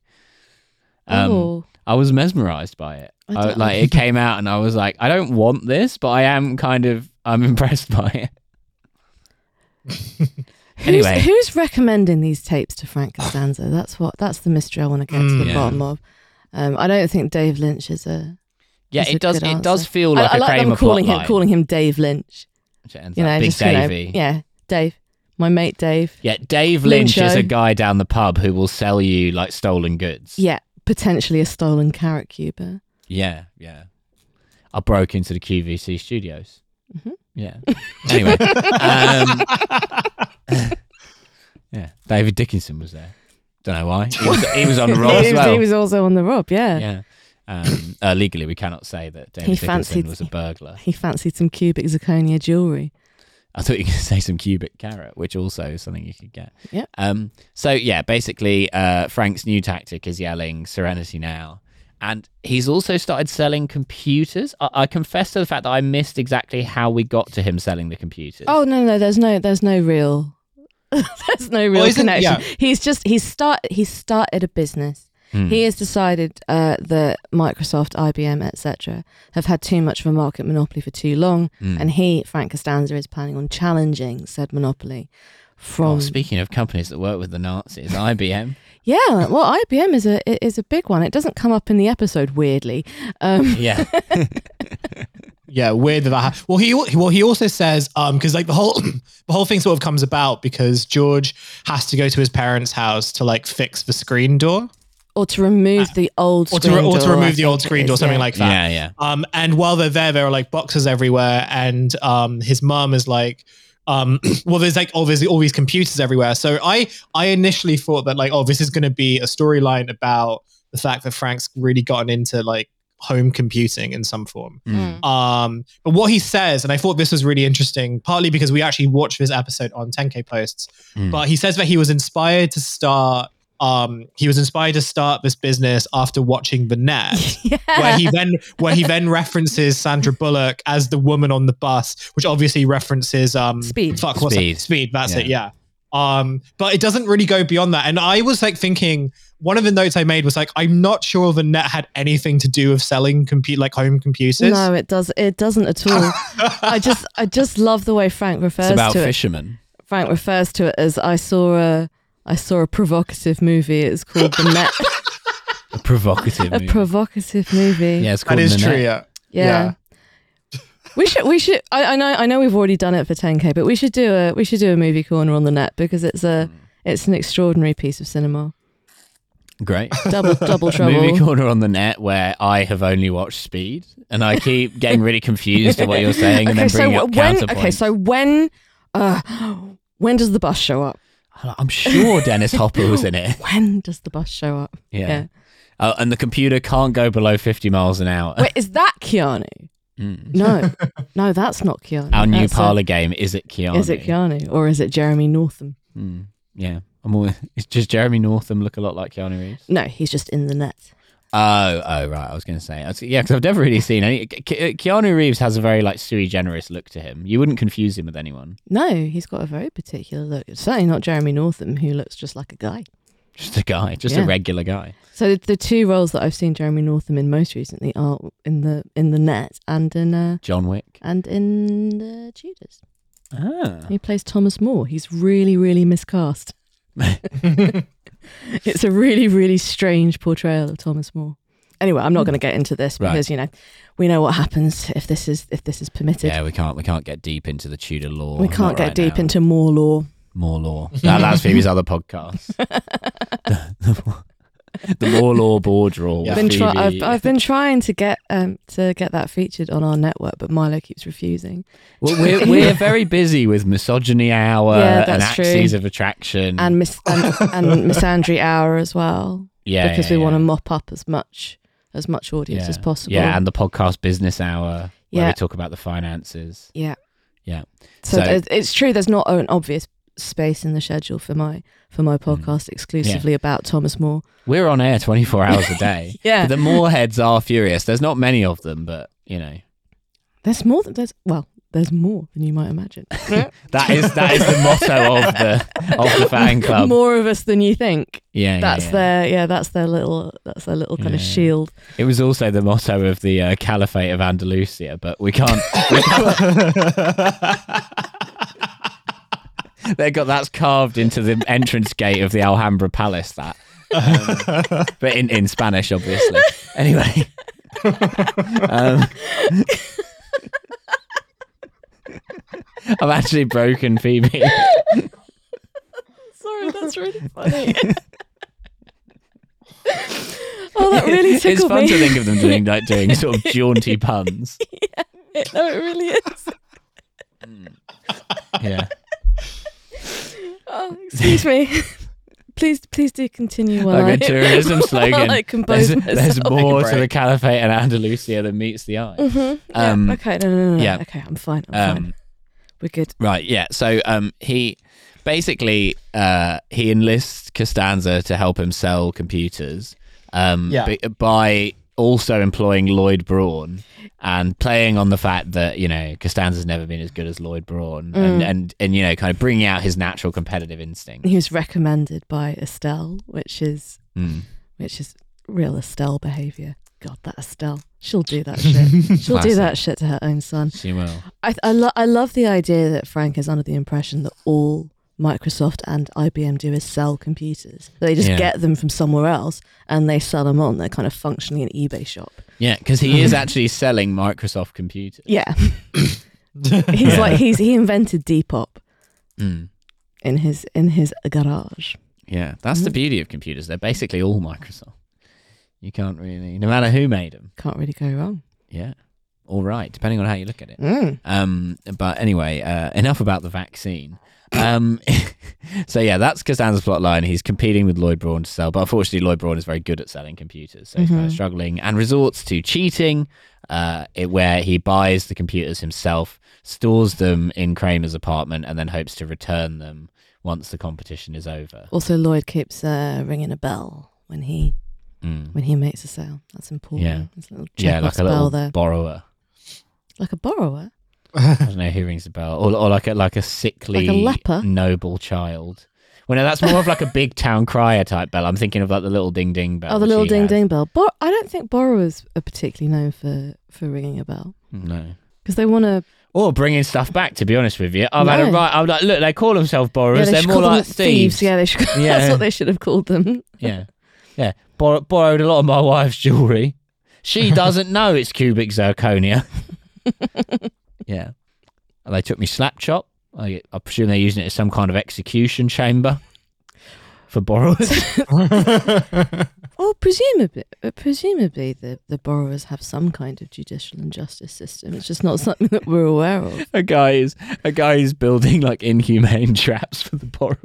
Speaker 1: Um,
Speaker 2: oh,
Speaker 1: I was mesmerized by it.
Speaker 2: I
Speaker 1: I,
Speaker 2: don't-
Speaker 1: like it came out, and I was like, I don't want this, but I am kind of I'm impressed by it.
Speaker 2: who's,
Speaker 1: anyway.
Speaker 2: who's recommending these tapes to Frank Costanza? That's what. That's the mystery I want to get to
Speaker 3: Mm.
Speaker 2: the
Speaker 1: Yeah.
Speaker 2: bottom of. Um, I don't think Dave Lynch is a.
Speaker 1: Yeah,
Speaker 2: That's a
Speaker 1: it does.
Speaker 2: good
Speaker 1: It does
Speaker 2: answer.
Speaker 1: feel
Speaker 2: I-
Speaker 1: like
Speaker 2: I
Speaker 1: a
Speaker 2: like them
Speaker 1: Kramer
Speaker 2: calling him
Speaker 1: plotline,
Speaker 2: calling him Dave Lynch.
Speaker 1: which it ends
Speaker 2: You
Speaker 1: up
Speaker 2: know,
Speaker 1: Big
Speaker 2: just
Speaker 1: Davey.
Speaker 2: You know, yeah, Dave, my mate Dave.
Speaker 1: Yeah, Dave Lynch is
Speaker 2: Lyncho.
Speaker 1: a guy down the pub who will sell you like stolen goods.
Speaker 2: Yeah, potentially a stolen carrot cuber.
Speaker 1: yeah, yeah. I broke into the QVC studios.
Speaker 2: Mhm.
Speaker 1: Yeah. Anyway, um, yeah, David Dickinson was there. Don't know why. He was, he was on the roll
Speaker 2: he,
Speaker 1: Oh, as
Speaker 2: was,
Speaker 1: well.
Speaker 2: he was also on the Rob. Yeah.
Speaker 1: yeah. Um, uh, legally, we cannot say that David Dickinson
Speaker 2: fancied-
Speaker 1: was a burglar.
Speaker 2: He fancied some cubic zirconia jewelry.
Speaker 1: I thought you were going to say some cubic carrot, which also is something you could get.
Speaker 2: Yep.
Speaker 1: Um. So yeah, basically, uh, Frank's new tactic is yelling "Serenity now," and he's also started selling computers. I, I confess to the fact that I missed exactly how we got to him selling the computers.
Speaker 2: Oh no, no, there's no, there's no real, there's no real
Speaker 1: Oh,
Speaker 3: Well, isn't-
Speaker 2: connection. He's just he's start he's started a business.
Speaker 1: Hmm.
Speaker 2: He has decided uh, that Microsoft, IBM, etc., have had too much of a market monopoly for too long,
Speaker 1: Hmm.
Speaker 2: and he, Frank Costanza, is planning on challenging said monopoly from.
Speaker 1: Oh, speaking of companies that work with the Nazis, IBM.
Speaker 2: yeah, well, IBM is a is a big one. It doesn't come up in the episode weirdly. Um,
Speaker 1: Yeah.
Speaker 3: Yeah, weird that that. hap- well, he well he also says um because like the whole the whole thing sort of comes about because George has to go to his parents' house to like fix the screen door
Speaker 2: or to remove the old
Speaker 3: or to
Speaker 2: screen
Speaker 3: re- or to
Speaker 2: door, I
Speaker 3: remove the
Speaker 2: think
Speaker 3: old
Speaker 2: it
Speaker 3: screen
Speaker 2: is,
Speaker 3: door something
Speaker 2: yeah.
Speaker 3: like that.
Speaker 1: yeah. Yeah.
Speaker 3: Um, and while they're there, there are like boxes everywhere, and um, his mum is like, um, well, there's like all there's all these computers everywhere. So I I initially thought that like, oh, this is going to be a storyline about the fact that Frank's really gotten into like home computing in some form.
Speaker 1: Mm.
Speaker 3: Um, but what he says, and I thought this was really interesting, partly because we actually watched this episode on 10K posts.
Speaker 1: Mm.
Speaker 3: But he says that he was inspired to start. Um, he was inspired to start this business after watching The Net
Speaker 2: yeah.
Speaker 3: where he then where he then references Sandra Bullock as the woman on the bus, which obviously references um
Speaker 2: Speed.
Speaker 3: Fuck, what's
Speaker 1: Speed.
Speaker 3: That? Speed. That's it. Yeah. Um, but it doesn't really go beyond that. And I was like thinking one of the notes I made was like, I'm not sure the net had anything to do with selling compute like home computers.
Speaker 2: No, it does. It doesn't at all. I just, I just love the way Frank refers
Speaker 1: It's about
Speaker 2: to
Speaker 1: fishermen.
Speaker 2: it. Frank refers to it as I saw a, I saw a provocative movie. It's called the Net.
Speaker 1: A provocative.
Speaker 2: a
Speaker 1: movie.
Speaker 2: provocative movie.
Speaker 1: yeah, it's
Speaker 3: that
Speaker 1: called
Speaker 3: is
Speaker 1: the
Speaker 3: true.
Speaker 1: Net.
Speaker 3: Yeah.
Speaker 2: Yeah. We should, we should. I, I know, I know. We've already done it for 10k, but we should do a, we should do a movie corner on the net because it's a, it's an extraordinary piece of cinema.
Speaker 1: Great.
Speaker 2: Double, double
Speaker 1: Movie
Speaker 2: trouble.
Speaker 1: corner on the net where I have only watched Speed and I keep getting really confused at what you're saying and
Speaker 2: okay,
Speaker 1: then bringing
Speaker 2: so
Speaker 1: up
Speaker 2: when?
Speaker 1: counterpoints.
Speaker 2: Okay, so when? Uh, when does the bus show up?
Speaker 1: I'm sure Dennis Hopper was in it.
Speaker 2: When does the bus show up?
Speaker 1: Yeah.
Speaker 2: Yeah.
Speaker 1: Oh, and the computer can't go below 50 miles an hour.
Speaker 2: Wait, is that Keanu?
Speaker 1: Mm.
Speaker 2: No, no, that's not Keanu.
Speaker 1: Our new
Speaker 2: That's, uh,
Speaker 1: parlor game is it Keanu?
Speaker 2: Is it Keanu or is it Jeremy Northam?
Speaker 1: Mm. Yeah. I'm always, does Jeremy Northam look a lot like Keanu Reeves?
Speaker 2: No, he's just in the net.
Speaker 1: Oh, oh, right. I was going to say, I was- yeah, because I've never really seen any. Ke- Ke- Keanu Reeves has a very like sui generis look to him. You wouldn't confuse him with anyone.
Speaker 2: No, he's got a very particular look. It's certainly not Jeremy Northam, who looks just like a guy.
Speaker 1: Just a guy, just a
Speaker 2: Yeah.
Speaker 1: regular guy.
Speaker 2: So the, the two roles that I've seen Jeremy Northam in most recently are in the in the net and in uh,
Speaker 1: John Wick.
Speaker 2: and in the Tudors.
Speaker 1: Ah.
Speaker 2: He plays Thomas More. He's really really miscast. it's a really really strange portrayal of Thomas More. Anyway, I'm not going to get into this
Speaker 1: Right.
Speaker 2: because you know we know what happens if this is if this is permitted.
Speaker 1: Yeah, we can't we can't get deep into the Tudor law.
Speaker 2: We can't
Speaker 1: Not
Speaker 2: get
Speaker 1: right
Speaker 2: deep
Speaker 1: now.
Speaker 2: into more law.
Speaker 1: more law. That, that's Phoebe's other podcast. the, the more law board rule.
Speaker 3: Yeah.
Speaker 2: I've
Speaker 1: with
Speaker 2: been, try-
Speaker 1: Phoebe.
Speaker 2: I've, I've been trying to get um, to get that featured on our network, but Milo keeps refusing.
Speaker 1: Well, we're, we're very busy with misogyny hour
Speaker 2: Yeah,
Speaker 1: and
Speaker 2: that's true.
Speaker 1: axes of attraction.
Speaker 2: And Miss and, and Miss Andrew Hour as well,
Speaker 1: yeah,
Speaker 2: because
Speaker 1: yeah,
Speaker 2: we
Speaker 1: yeah.
Speaker 2: want to mop up as much as much audience
Speaker 1: yeah.
Speaker 2: as possible.
Speaker 1: Yeah, and the podcast business hour where
Speaker 2: Yeah.
Speaker 1: we talk about the finances.
Speaker 2: Yeah.
Speaker 1: Yeah.
Speaker 2: So,
Speaker 1: So-
Speaker 2: there's- it's true. There's not an obvious space in the schedule for my for
Speaker 1: Mm.
Speaker 2: my podcast exclusively about Thomas More.
Speaker 1: We're on air 24 hours a day.
Speaker 2: Yeah.
Speaker 1: But the Moorheads are furious. There's not many of them, but you know.
Speaker 2: There's more than there's well, there's more than you might imagine.
Speaker 1: That is that is the motto of the of the fan club.
Speaker 2: more of us than you think.
Speaker 1: yeah, yeah,
Speaker 2: That's
Speaker 1: yeah.
Speaker 2: their yeah. That's their little that's their little kind of
Speaker 1: Yeah.
Speaker 2: shield.
Speaker 1: It was also the motto of the uh, Caliphate of Andalusia, but we can't. We can't- they got that's carved into the entrance gate of the Alhambra Palace. That, Um, but in, in Spanish, obviously. Anyway. um, I've actually broken Phoebe.
Speaker 2: Sorry, that's really funny. oh, that really
Speaker 1: it's
Speaker 2: tickled
Speaker 1: fun
Speaker 2: me.
Speaker 1: to think of them doing like doing sort of jaunty puns.
Speaker 2: no, it really is.
Speaker 1: Yeah.
Speaker 2: Oh, excuse me. Please, please do continue. While
Speaker 1: Like a
Speaker 2: I-
Speaker 1: tourism
Speaker 2: while
Speaker 1: slogan.
Speaker 2: I compose
Speaker 1: There's, there's
Speaker 2: myself.
Speaker 1: more
Speaker 3: Take a
Speaker 1: to the
Speaker 3: break.
Speaker 1: Caliphate and Andalusia than meets the eye.
Speaker 2: Mhm, yeah,
Speaker 1: Um,
Speaker 2: okay. No, no, no, no.
Speaker 1: yeah.
Speaker 2: Okay, I'm fine. I'm fine.
Speaker 1: Um,
Speaker 2: We're good.
Speaker 1: right, yeah. So um, he basically uh, he enlists Costanza to help him sell computers um,
Speaker 3: Yeah.
Speaker 1: b- by also employing Lloyd Braun and playing on the fact that you know Costanza's never been as good as Lloyd Braun and, and and you know kind of bringing out his natural competitive instinct.
Speaker 2: Mm. He was recommended by Estelle, which is
Speaker 1: Mm.
Speaker 2: which is real Estelle behavior. God, that Estelle. She'll do that shit. She'll do
Speaker 1: Classic.
Speaker 2: that shit to her own son.
Speaker 1: She will.
Speaker 2: I th- I, lo- I love the idea that Frank is under the impression that all Microsoft and IBM do is sell computers. They just
Speaker 1: Yeah.
Speaker 2: get them from somewhere else and they sell them on. They're kind of functionally an eBay shop.
Speaker 1: Yeah, because he is actually selling Microsoft computers.
Speaker 2: Yeah, he's like he's he invented Depop
Speaker 1: Mm.
Speaker 2: in his in his garage.
Speaker 1: Yeah, that's the beauty of computers. They're basically all Microsoft. You can't really, no matter who made them.
Speaker 2: Can't really go wrong.
Speaker 1: Yeah, all right, depending on how you look at it.
Speaker 2: Mm.
Speaker 1: Um, but anyway, uh, enough about the vaccine. Um, so yeah, that's Costanza's plot line. He's competing with Lloyd Braun to sell, but unfortunately, Lloyd Braun is very good at selling computers, so he's kind of struggling and resorts to cheating, uh, it, where he buys the computers himself, stores them in Kramer's apartment, and then hopes to return them once the competition is over.
Speaker 2: Also, Lloyd keeps uh, ringing a bell when he
Speaker 1: Mm.
Speaker 2: when he makes a sale. That's important.
Speaker 1: Yeah.
Speaker 2: There's a little
Speaker 1: Yeah, like
Speaker 2: Chekhov's
Speaker 1: a
Speaker 2: bell
Speaker 1: little
Speaker 2: there,
Speaker 1: borrower.
Speaker 2: like a borrower.
Speaker 1: I don't know who rings the bell, or, or like a like a sickly
Speaker 2: leper?
Speaker 1: noble child. Well, no, that's more of like a big town crier type bell. I'm thinking of like the little ding ding bell.
Speaker 2: oh, the
Speaker 1: she
Speaker 2: little ding
Speaker 1: had.
Speaker 2: ding bell. Bor- I don't think borrowers are particularly known for for ringing a bell
Speaker 1: No.
Speaker 2: because they want to.
Speaker 1: Or bringing stuff back. To be honest with you, I've had a
Speaker 2: No.
Speaker 1: right. I'm like, look, they call themselves borrowers.
Speaker 2: they
Speaker 1: They're
Speaker 2: should
Speaker 1: more
Speaker 2: call them
Speaker 1: like thieves.
Speaker 2: Yeah, they should.
Speaker 1: Yeah.
Speaker 2: that's what they should have called them.
Speaker 1: yeah, yeah. Bor- borrowed a lot of my wife's jewelry. She doesn't know it's cubic zirconia. yeah, and they took me slap chop. I, I presume they're using it as some kind of execution chamber for borrowers.
Speaker 2: Well, presumably, uh, presumably the, the borrowers have some kind of judicial and justice system. It's just not something that we're aware of.
Speaker 1: a guy is a guy is building like inhumane traps for the borrowers.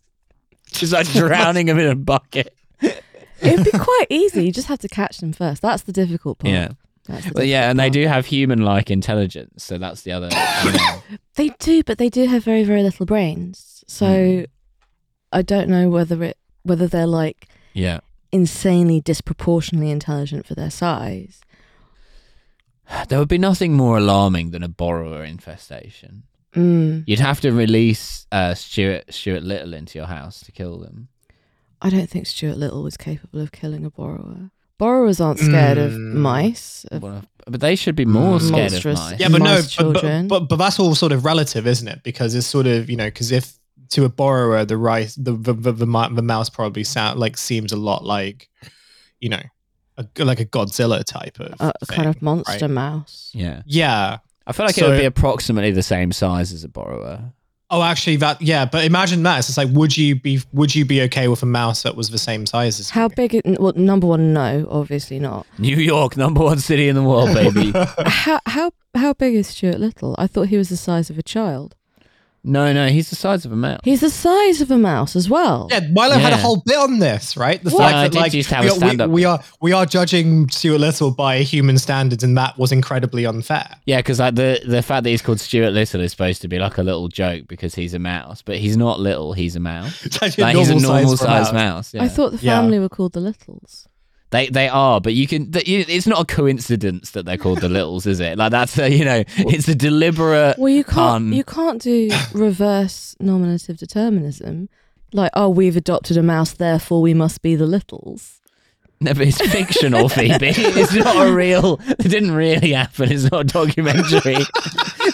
Speaker 1: Just like drowning them in a bucket.
Speaker 2: It'd be quite easy. You just have to catch them first. That's the difficult part.
Speaker 1: Yeah.
Speaker 2: That's the
Speaker 1: Well, yeah,
Speaker 2: difficult
Speaker 1: and they
Speaker 2: part.
Speaker 1: do have human-like intelligence, so that's the other.
Speaker 2: They do, but they do have very, very little brains. So
Speaker 1: Mm.
Speaker 2: I don't know whether it whether they're like
Speaker 1: yeah.
Speaker 2: insanely disproportionately intelligent for their size.
Speaker 1: There would be nothing more alarming than a borrower infestation.
Speaker 2: Mm,
Speaker 1: You'd have to release uh, Stuart Stuart Little into your house to kill them.
Speaker 2: I don't think Stuart Little was capable of killing a borrower. Borrowers aren't scared of
Speaker 1: Hmm.
Speaker 3: Mm.
Speaker 2: mice. Of,
Speaker 1: Well, but they should be more
Speaker 3: Mm.
Speaker 1: scared
Speaker 2: Monstrous.
Speaker 1: of mice.
Speaker 3: yeah, but no,
Speaker 2: Most
Speaker 3: but,
Speaker 2: children.
Speaker 3: but, but but that's all sort of relative, isn't it? Because it's sort of you know, because if to a borrower the rice, the the, the the mi- the mouse probably sound like seems a lot like, you know, a, like a Godzilla type of
Speaker 2: a, a
Speaker 3: thing,
Speaker 2: kind of monster
Speaker 3: right?
Speaker 2: mouse.
Speaker 1: Yeah.
Speaker 3: Yeah.
Speaker 1: I feel like it
Speaker 3: So-
Speaker 1: would be approximately the same size as a borrower.
Speaker 3: Oh, actually, that yeah. But imagine that. It's just like, would you be would you be okay with a mouse that was the same size as
Speaker 2: How
Speaker 3: you?
Speaker 2: big? It, well, number one, no, obviously not.
Speaker 1: New York, number one city in the world, baby.
Speaker 2: how how how big is Stuart Little? I thought he was the size of a child.
Speaker 1: no, no, he's the size of a mouse.
Speaker 2: He's the size of a mouse as well.
Speaker 3: Yeah, Milo had a
Speaker 1: Yeah.
Speaker 3: whole bit on this, right? The
Speaker 1: Well, I did used to have
Speaker 3: we,
Speaker 1: a
Speaker 3: are, we,
Speaker 1: stand-up
Speaker 3: we
Speaker 1: bit.
Speaker 3: are we are judging Stuart Little by human standards, and that was incredibly unfair.
Speaker 1: Yeah, because like the the fact that he's called Stuart Little is supposed to be like a little joke because he's a mouse, but he's not little; he's a mouse.
Speaker 3: It's actually
Speaker 1: Like he's a normal
Speaker 3: for a
Speaker 1: sized mouse. yeah.
Speaker 2: I thought the
Speaker 3: Yeah.
Speaker 2: family were called the Littles.
Speaker 1: they they are, but you can. th- you- It's not a coincidence that they're called the Littles, is it? Like that's a, you know, it's a deliberate.
Speaker 2: Well, you can't
Speaker 1: Um,
Speaker 2: you can't do reverse nominative determinism, like oh we've adopted a mouse, therefore we must be the Littles.
Speaker 1: No, but it's fictional, Phoebe. It's not a real. It didn't really happen. It's not a documentary.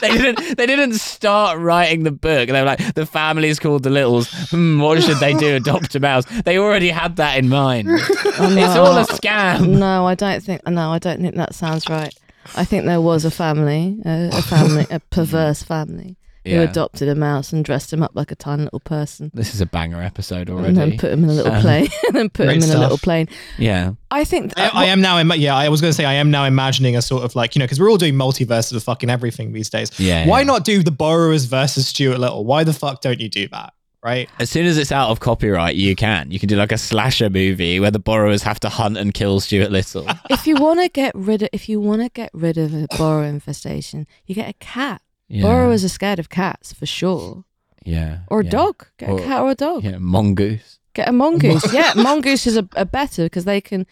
Speaker 1: they didn't. They didn't start writing the book. They were like, the family's called the Littles. Hmm, what should they do? Adopt a mouse. They already had that in mind. It's all a scam.
Speaker 2: No, I don't think. No, I don't think that sounds right. I think there was a family, a, a family, a perverse family who
Speaker 1: Yeah.
Speaker 2: adopted a mouse and dressed him up like a tiny little person.
Speaker 1: This is a banger episode
Speaker 2: And then
Speaker 1: already.
Speaker 2: put him in a little
Speaker 1: Um,
Speaker 2: plane, and then put him
Speaker 3: great
Speaker 2: in a
Speaker 3: stuff.
Speaker 2: little plane.
Speaker 1: yeah.
Speaker 2: I think
Speaker 3: I, I am now. Im- yeah, I was going to say I am now imagining a sort of like you know because we're all doing multiverses of fucking everything these days.
Speaker 1: Yeah,
Speaker 3: Why
Speaker 1: yeah.
Speaker 3: not do the borrowers versus Stuart Little? Why the fuck don't you do that? right?
Speaker 1: As soon as it's out of copyright, you can. You can do like a slasher movie where the borrowers have to hunt and kill Stuart Little.
Speaker 2: if you want to get rid of if you want to get rid of a borrower infestation, you get a cat. Borrowers are scared of cats for sure,
Speaker 1: Yeah.
Speaker 2: or a
Speaker 1: yeah.
Speaker 2: dog. Get
Speaker 1: Or-
Speaker 2: a cat or a dog.
Speaker 1: Yeah, mongoose.
Speaker 2: Get a mongoose. yeah, mongooses are, are better because they can.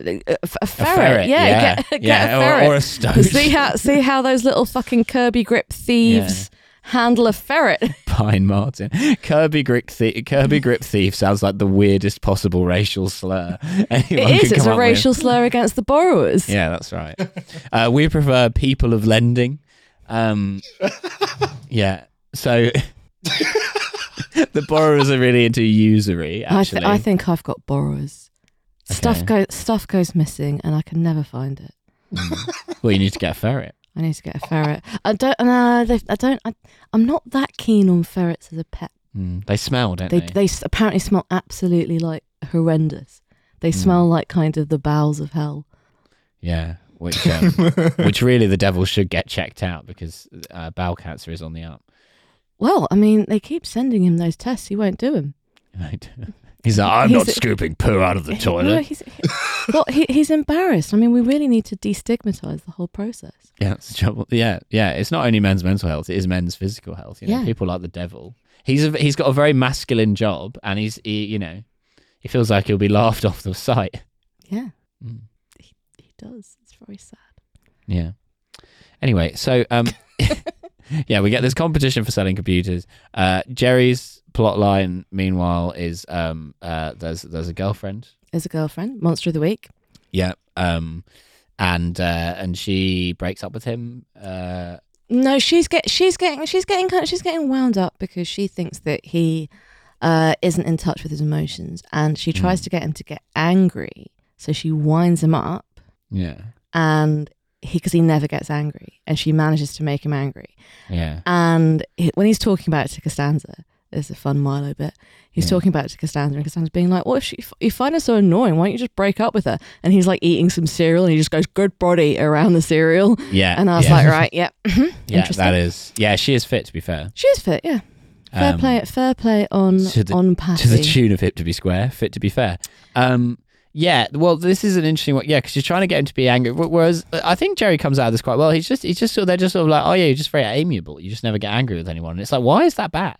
Speaker 2: A, f- a ferret. yeah,
Speaker 1: yeah,
Speaker 2: Get, get
Speaker 1: yeah,
Speaker 2: a
Speaker 1: or-
Speaker 2: ferret.
Speaker 1: Or, a stoat.
Speaker 2: see how see how those little fucking Kirby grip thieves handle a ferret.
Speaker 1: Pine Martin. Kirby grip, thie- Kirby grip thief sounds like the weirdest possible racial slur.
Speaker 2: It
Speaker 1: anyone
Speaker 2: is.
Speaker 1: could
Speaker 2: It's
Speaker 1: come
Speaker 2: a
Speaker 1: up with.
Speaker 2: racial slur against the borrowers.
Speaker 1: Yeah, that's right. uh, we prefer people of lending. Um, yeah. So the borrowers are really into usury.
Speaker 2: I,
Speaker 1: Actually,
Speaker 2: th- I think I've got borrowers. Stuff
Speaker 1: Okay.
Speaker 2: goes stuff goes missing, and I can never find it.
Speaker 1: well, you need to get a ferret.
Speaker 2: I need to get a ferret. I don't. No, they- I don't. I, I'm not that keen on ferrets as a pet.
Speaker 1: Mm, They smell, don't
Speaker 2: They
Speaker 1: they?
Speaker 2: they s- apparently smell absolutely like horrendous. They
Speaker 1: Hmm.
Speaker 2: smell like kind of the bowels of hell.
Speaker 1: Yeah. Which, um, which really the devil should get checked out because uh, bowel cancer is on the up.
Speaker 2: Well, I mean, they keep sending him those tests. He won't do them.
Speaker 1: Right. He's like, I'm
Speaker 2: He's-
Speaker 1: not scooping poo out of the
Speaker 2: No,
Speaker 1: toilet.
Speaker 2: he's, he- well, he, he's embarrassed. I mean, we really need to destigmatize the whole process.
Speaker 1: Yeah, that's the trouble. Yeah, yeah. It's not only men's mental health; it is men's physical health. You know,
Speaker 2: Yeah.
Speaker 1: people like the devil. He's a, he's got a very masculine job, and he's he, you know, he feels like he'll be laughed off the site.
Speaker 2: Yeah,
Speaker 1: Mm.
Speaker 2: he, he does. It's very sad.
Speaker 1: Yeah. Anyway, so um, yeah, we get this competition for selling computers. Uh, Jerry's plot line, meanwhile, is um, uh, there's there's a girlfriend.
Speaker 2: As a girlfriend, monster of the week.
Speaker 1: Yeah. Um, and uh, and she breaks up with him. Uh,
Speaker 2: No, she's get she's getting she's getting kind of- she's getting wound up because she thinks that he uh, isn't in touch with his emotions, and
Speaker 1: Hmm.
Speaker 2: she tries to get him to get angry. So she winds him up,
Speaker 1: yeah.
Speaker 2: and he because he never gets angry, and she manages to make him angry.
Speaker 1: Yeah.
Speaker 2: And he, when he's talking about it to Costanza, there's a fun Milo bit. He's
Speaker 1: Yeah.
Speaker 2: talking about it to Costanza, and Costanza's being like, "What if she? If you find her so annoying, why don't you just break up with her?" And he's like eating some cereal, and he just goes, "Good body" around the cereal.
Speaker 1: Yeah.
Speaker 2: And I was
Speaker 1: yeah.
Speaker 2: like, "Right, yep." mm-hmm,
Speaker 1: Yeah,
Speaker 2: Interesting.
Speaker 1: that is. Yeah, she is fit. To be fair,
Speaker 2: She is fit, yeah. Fair
Speaker 1: Um,
Speaker 2: play, fair play on
Speaker 1: to the-
Speaker 2: on Patty.
Speaker 1: to the tune of "Hip to be square, fit to be fair." Um, yeah. Well, this is an interesting one. Yeah, because you're trying to get him to be angry. wh- Whereas uh, I think Jerry comes out of this quite well. He's just, he's just sort of, they're just sort of like, oh yeah, you're just very amiable. You just never get angry with anyone. And it's like, why is that bad?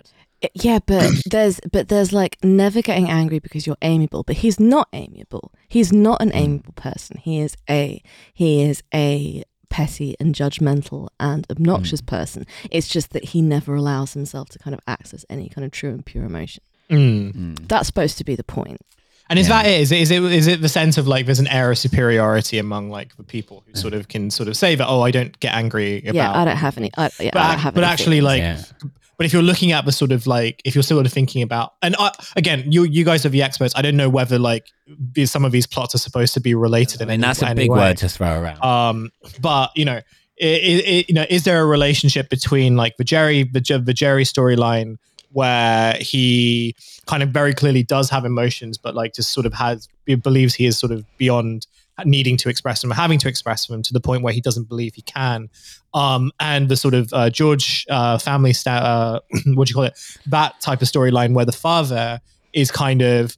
Speaker 2: yeah, but there's but there's like never getting angry because you're amiable. But he's not amiable. He's not an
Speaker 3: Mm.
Speaker 2: amiable person. He is a he is a petty and judgmental and obnoxious
Speaker 3: Mm.
Speaker 2: person. It's just that he never allows himself to kind of access any kind of true and pure emotion.
Speaker 3: Mm.
Speaker 2: That's supposed to be the point.
Speaker 3: And is that it? Is it, is it is it the sense of like there's an air of superiority among like the people
Speaker 1: Mm.
Speaker 3: who sort of can sort of say that oh I don't get angry about
Speaker 2: yeah, I don't have any. I, yeah,
Speaker 3: but,
Speaker 2: I don't
Speaker 3: ac-
Speaker 2: have
Speaker 3: but
Speaker 2: any
Speaker 3: actually
Speaker 2: feelings.
Speaker 3: like
Speaker 1: Yeah.
Speaker 3: but if you're looking at the sort of like if you're sort of thinking about and I, again you you guys are the experts I don't know whether like these, some of these plots are supposed to be related in
Speaker 1: I mean,
Speaker 3: any-
Speaker 1: that's a
Speaker 3: any
Speaker 1: big
Speaker 3: way.
Speaker 1: word to throw around.
Speaker 3: um but you know i it, you know is there a relationship between like the jerry the, Je- the jerry storyline where he kind of very clearly does have emotions but like just sort of has be- believes he is sort of beyond needing to express them having to express them to the point where he doesn't believe he can um and the sort of uh, george uh, family sta- uh, what do you call it that type of storyline where the father is kind of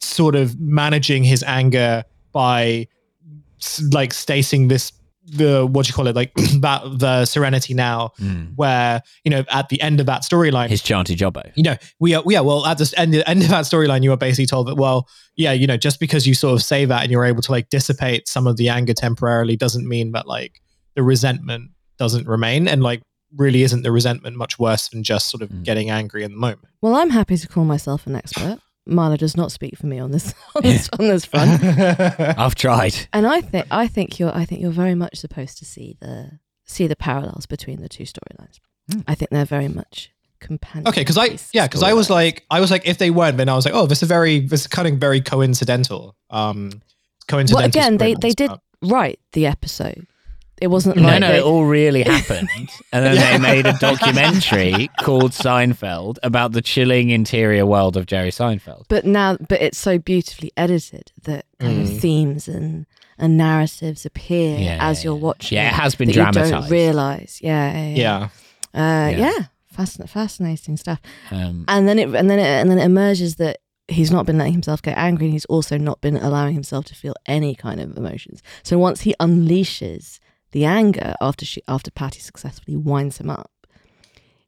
Speaker 3: sort of managing his anger by s- like stating this the what do you call it like that the serenity now
Speaker 1: Mm.
Speaker 3: where you know at the end of that storyline
Speaker 1: His chanty jobbo.
Speaker 3: you know, we are, yeah, well, at this end, end of that storyline, you are basically told that, well, yeah, you know, just because you sort of say that and you're able to like dissipate some of the anger temporarily doesn't mean that like the resentment doesn't remain. And like, really isn't the resentment much worse than just sort of
Speaker 1: Mm.
Speaker 3: getting angry in the moment?
Speaker 2: Well, I'm happy to call myself an expert. Marla does not speak for me on this on this, on this front.
Speaker 1: I've tried.
Speaker 2: And I think I think you're I think you're very much supposed to see the see the parallels between the two storylines.
Speaker 1: Hmm.
Speaker 2: I think they're very much companion.
Speaker 3: okay. Cause I,
Speaker 2: piece
Speaker 3: yeah, cause I was
Speaker 2: storylines.
Speaker 3: like, I was like, if they weren't, then I was like, oh, this is very, this is kind of very coincidental. Um, coincidental.
Speaker 2: again, they-
Speaker 3: scribbles,
Speaker 2: they did-
Speaker 1: Oh.
Speaker 3: but-
Speaker 2: write the episode. It wasn't
Speaker 1: No,
Speaker 2: like
Speaker 1: no,
Speaker 2: they-
Speaker 1: it all really happened. And then they made a documentary called Seinfeld about the chilling interior world of Jerry Seinfeld.
Speaker 2: but now but it's so beautifully edited that kind
Speaker 3: Mm.
Speaker 2: of themes and and narratives appear
Speaker 1: Yeah,
Speaker 2: as
Speaker 1: yeah,
Speaker 2: you're
Speaker 1: yeah.
Speaker 2: watching.
Speaker 1: Yeah, it
Speaker 2: it
Speaker 1: has been
Speaker 2: that you don't
Speaker 1: dramatized.
Speaker 2: realize. Yeah, yeah.
Speaker 3: yeah.
Speaker 2: yeah.
Speaker 1: Yeah.
Speaker 2: Uh, yeah. Fascin- fascinating stuff.
Speaker 1: Um,
Speaker 2: And then it and then it and then it emerges that he's not been letting himself get angry, and he's also not been allowing himself to feel any kind of emotions. So once he unleashes the anger after she after Patty successfully winds him up,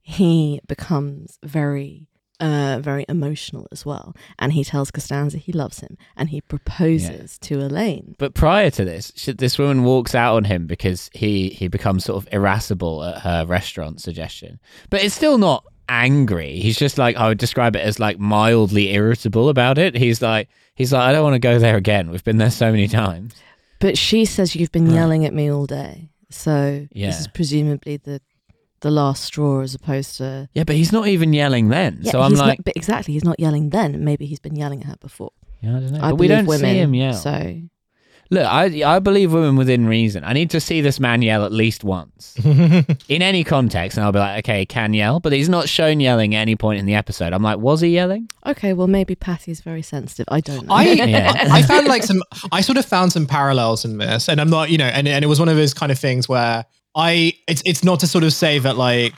Speaker 2: he becomes very. Uh, very emotional as well, and he tells Costanza he loves him, and he proposes to Elaine.
Speaker 1: but prior to this, she, this woman walks out on him because he he becomes sort of irascible at her restaurant suggestion. But it's still not angry. He's just like I would describe it as like mildly irritable about it. He's like he's like I don't want to go there again. We've been there so many times.
Speaker 2: But she says you've been
Speaker 1: Right.
Speaker 2: yelling at me all day. So
Speaker 1: Yeah.
Speaker 2: this is presumably the the last straw as opposed to
Speaker 1: Yeah, but he's not even yelling then. so I'm
Speaker 2: he's
Speaker 1: like,
Speaker 2: not, but exactly, he's not yelling then. Maybe he's been yelling at her before.
Speaker 1: yeah, I don't know.
Speaker 2: I
Speaker 1: but we
Speaker 2: believe
Speaker 1: don't
Speaker 2: women,
Speaker 1: see him yell.
Speaker 2: So
Speaker 1: Look, I I believe women within reason. I need to see this man yell at least once in any context, and I'll be like, okay, can yell, but he's not shown yelling at any point in the episode. I'm like, was he yelling?
Speaker 2: okay, well maybe Patty's very sensitive. I don't know.
Speaker 3: I,
Speaker 1: Yeah.
Speaker 3: I found like some I sort of found some parallels in this, and I'm not you know, and and it was one of those kind of things where I it's it's not to sort of say that like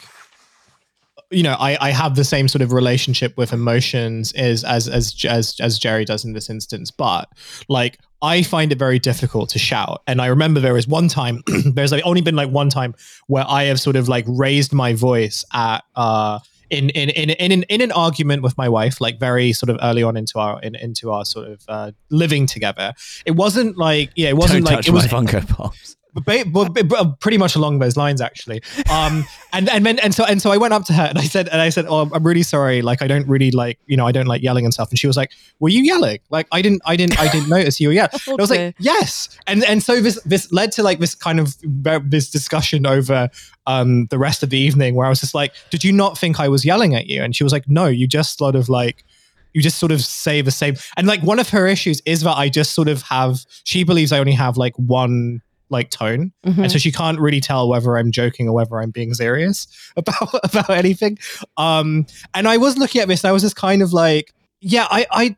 Speaker 3: you know I I have the same sort of relationship with emotions is as as as as Jerry does in this instance, but like. I find it very difficult to shout. And I remember there was one time, there's like only been like one time where I have sort of like raised my voice at uh in in in in in, in an argument with my wife, like very sort of early on into our in, into our sort of uh, living together. It wasn't like yeah, it wasn't like it was
Speaker 1: Funko Pops.
Speaker 3: ba- ba- ba- ba- pretty much along those lines actually um and and then and so and so i went up to her and i said and i said oh i'm really sorry like i don't really like you know i don't like yelling and stuff and she was like were you yelling like i didn't i didn't i didn't notice you were yelling and i was
Speaker 2: Okay.
Speaker 3: like yes and and so this this led to like this kind of ver- this discussion over um the rest of the evening where i was just like did you not think i was yelling at you and she was like no you just sort of like you just sort of say the same and like one of her issues is that i just sort of have she believes i only have like one like tone
Speaker 2: Mhm.
Speaker 3: and so she can't really tell whether I'm joking or whether I'm being serious about about anything. Um, and I was looking at this, and I was just kind of like, yeah, I, I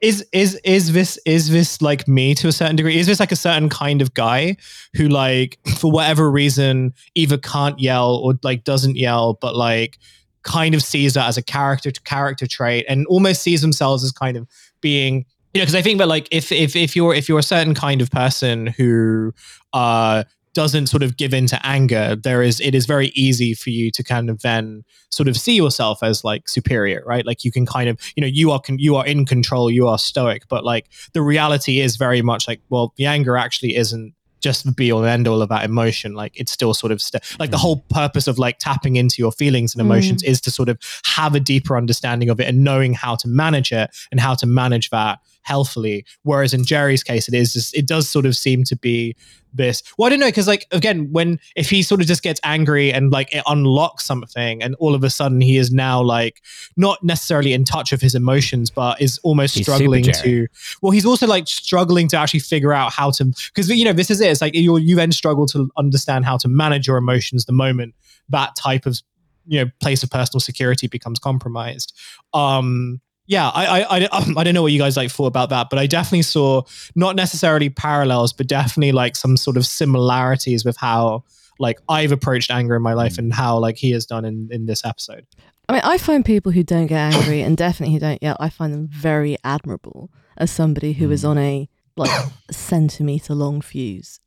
Speaker 3: is is is this is this like me to a certain degree? Is this like a certain kind of guy who like for whatever reason either can't yell or like doesn't yell, but like kind of sees that as a character character trait and almost sees themselves as kind of being you know because I think that like if if if you're if you're a certain kind of person who uh doesn't sort of give in to anger there is it is very easy for you to kind of then sort of see yourself as like superior right like you can kind of you know you are con- you are in control you are stoic but like the reality is very much like well the anger actually isn't just the be all and end all of that emotion like it's still sort of st- like the
Speaker 1: Mm.
Speaker 3: whole purpose of like tapping into your feelings and
Speaker 2: Mm.
Speaker 3: emotions is to sort of have a deeper understanding of it and knowing how to manage it and how to manage that healthily whereas in jerry's case it is just it does sort of seem to be this. Well, I don't know because like again, when if he sort of just gets angry and like it unlocks something, and all of a sudden he is now like not necessarily in touch with his emotions, but is almost
Speaker 1: He's
Speaker 3: struggling
Speaker 1: super Jerry.
Speaker 3: to. Well, he's also like struggling to actually figure out how to because you know this is it. It's like you you then struggle to understand how to manage your emotions the moment that type of you know place of personal security becomes compromised. Um. Yeah, I I, I I don't know what you guys like thought about that, but I definitely saw not necessarily parallels, but definitely like some sort of similarities with how like I've approached anger in my
Speaker 1: Mm.
Speaker 3: life and how like he has done in in this episode.
Speaker 2: I mean, I find people who don't get angry and definitely who don't yell, I find them very admirable as somebody who
Speaker 1: Hmm.
Speaker 2: is on a like centimeter long fuse.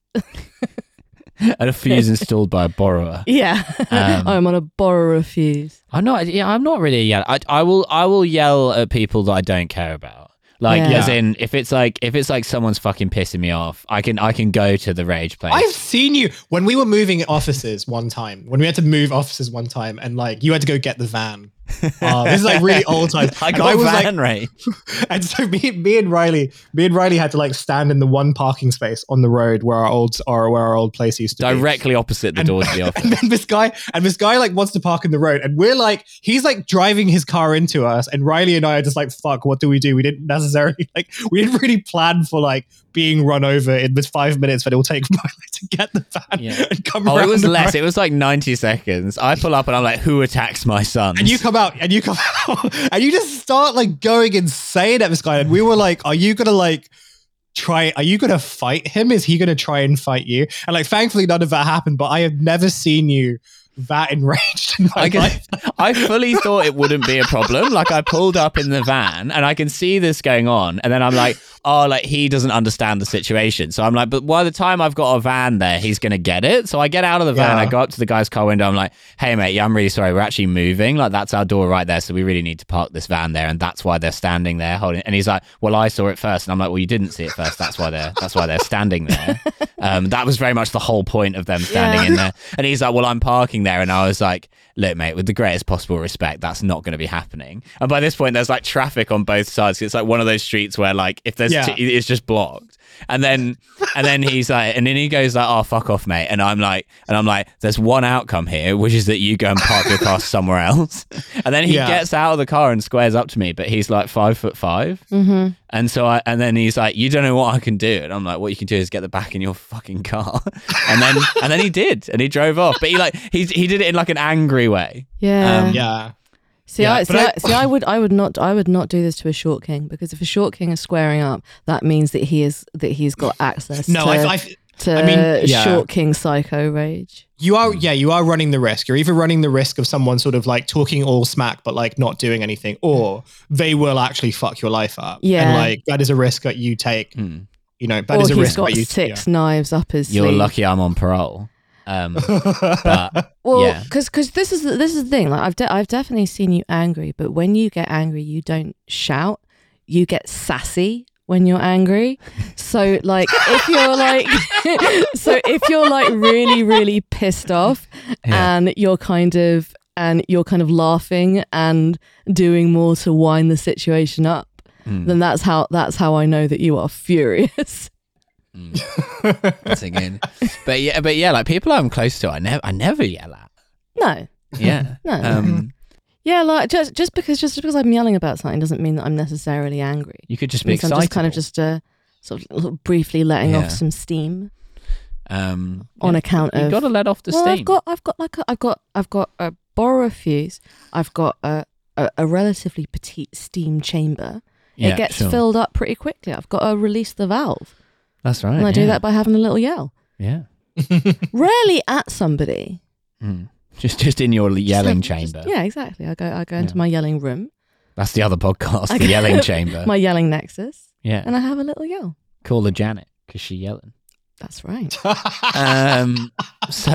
Speaker 1: And a fuse installed by a borrower.
Speaker 2: Yeah,
Speaker 1: Um,
Speaker 2: I'm on a borrower fuse.
Speaker 1: I'm not. Yeah, I'm not really a yell. I, I will. I will yell at people that I don't care about. Like
Speaker 2: Yeah.
Speaker 1: as in, if it's like if it's like someone's fucking pissing me off, I can I can go to the rage place.
Speaker 3: I've seen you when we were moving offices one time, when we had to move offices one time, and like you had to go get the van. Uh, this is like really old times.
Speaker 1: I
Speaker 3: And
Speaker 1: got
Speaker 3: was like,
Speaker 1: van rage.
Speaker 3: and so me, me and Riley, me and Riley had to like stand in the one parking space on the road where our old, or where our old place used to be.
Speaker 1: directly opposite the door to the office.
Speaker 3: and then this guy and this guy like wants to park in the road and we're like he's like driving his car into us and riley and i are just like fuck what do we do we didn't necessarily like we didn't really plan for like being run over in this five minutes that it will take riley to get the van
Speaker 1: Yeah.
Speaker 3: and come
Speaker 1: Oh,
Speaker 3: around
Speaker 1: it was
Speaker 3: the
Speaker 1: less.
Speaker 3: road.
Speaker 1: It was like 90 seconds. I pull up and I'm like, who attacks my son?
Speaker 3: and you come out and you come out and you just start like going insane at this guy and we were like are you gonna like try are you gonna fight him is he gonna try and fight you and like thankfully none of that happened but i have never seen you that enraged in my
Speaker 1: I, can,
Speaker 3: life.
Speaker 1: I fully thought it wouldn't be a problem. Like I pulled up in the van and I can see this going on, and then I'm like, oh, like he doesn't understand the situation. So I'm like, but by the time I've got a van there, he's gonna get it. So I get out of the van,
Speaker 3: Yeah.
Speaker 1: I go up to the guy's car window, I'm like, hey mate, yeah, I'm really sorry, we're actually moving. Like that's our door right there, so we really need to park this van there, and that's why they're standing there holding. And he's like, well, I saw it first, and I'm like, well, you didn't see it first. That's why they're that's why they're standing there. Um, that was very much the whole point of them standing
Speaker 2: Yeah.
Speaker 1: in there. And he's like, well, I'm parking there, and I was like look, mate, with the greatest possible respect, that's not going to be happening. And by this point, there's like traffic on both sides. It's like one of those streets where like if there's
Speaker 3: Yeah.
Speaker 1: two, it's just blocked. And then and then he's like, and then he goes like, oh fuck off, mate. And I'm like, and I'm like, there's one outcome here, which is that you go and park your car somewhere else. And then he
Speaker 3: Yeah.
Speaker 1: gets out of the car and squares up to me, but he's like five foot five.
Speaker 2: Mm-hmm.
Speaker 1: And so I, and then he's like, "You don't know what I can do," and I'm like, "What you can do is get the back in your fucking car," and then and then he did, and he drove off. But he like he he did it in like an angry way.
Speaker 2: Yeah.
Speaker 1: Um,
Speaker 3: Yeah.
Speaker 2: See,
Speaker 1: Yeah,
Speaker 2: I,
Speaker 3: but
Speaker 2: see,
Speaker 3: I-
Speaker 2: I, see, I would, I would not, I would not do this to a short king because if a short king is squaring up, that means that he is that he's got access.
Speaker 3: No,
Speaker 2: to,
Speaker 3: I, I,
Speaker 2: to
Speaker 3: I mean, yeah.
Speaker 2: short king psycho rage.
Speaker 3: you are, yeah, you are running the risk. You're either running the risk of someone sort of like talking all smack, but like not doing anything, or they will actually fuck your life up.
Speaker 2: Yeah.
Speaker 3: And like that is a risk that you take.
Speaker 1: Hmm.
Speaker 3: You know, that
Speaker 2: or
Speaker 3: is
Speaker 2: he's
Speaker 3: a risk
Speaker 2: got
Speaker 3: that you
Speaker 2: six knives up his
Speaker 1: You're
Speaker 2: sleeve.
Speaker 1: lucky I'm on parole. Um,
Speaker 3: yeah.
Speaker 1: but
Speaker 2: Well,
Speaker 1: Yeah.
Speaker 2: because this is the- this is the thing. Like I've de- I've definitely seen you angry, but when you get angry, you don't shout. You get sassy when you're angry. So like if you're like so if you're like really really pissed off
Speaker 1: Yeah.
Speaker 2: and you're kind of and you're kind of laughing and doing more to wind the situation up,
Speaker 1: Hmm.
Speaker 2: then that's how that's how I know that you are furious.
Speaker 1: that's again. But yeah, but yeah, like people I'm close to, I never I never yell at.
Speaker 2: no,
Speaker 1: Yeah.
Speaker 2: no.
Speaker 1: Um,
Speaker 2: yeah, like just just because just because I'm yelling about something doesn't mean that I'm necessarily angry.
Speaker 1: you could just be
Speaker 2: So
Speaker 1: excited.
Speaker 2: I'm just kind of just uh, sort of l- briefly letting
Speaker 1: Yeah.
Speaker 2: off some steam
Speaker 1: um,
Speaker 2: on account
Speaker 1: You've
Speaker 2: of.
Speaker 1: got to let off the
Speaker 2: well,
Speaker 1: steam.
Speaker 2: I've got, I've got like, a, I've got, I've got a borrow a fuse. I've got a, a, a relatively petite steam chamber.
Speaker 1: yeah,
Speaker 2: it gets
Speaker 1: sure.
Speaker 2: filled up pretty quickly. I've got to release the valve,
Speaker 1: That's right.
Speaker 2: and I
Speaker 1: yeah.
Speaker 2: do that by having a little yell,
Speaker 1: Yeah.
Speaker 2: rarely at somebody.
Speaker 1: Hmm. Just just in your
Speaker 2: Just
Speaker 1: yelling
Speaker 2: like- just-
Speaker 1: chamber.
Speaker 2: yeah, exactly. I go, I go into
Speaker 1: Yeah.
Speaker 2: my yelling room,
Speaker 1: That's the other podcast,
Speaker 2: I
Speaker 1: the yelling
Speaker 2: go-
Speaker 1: chamber.
Speaker 2: my yelling nexus,
Speaker 1: yeah.
Speaker 2: and I have a little yell.
Speaker 1: call her Janet because she yelling.
Speaker 2: That's right.
Speaker 1: Um, so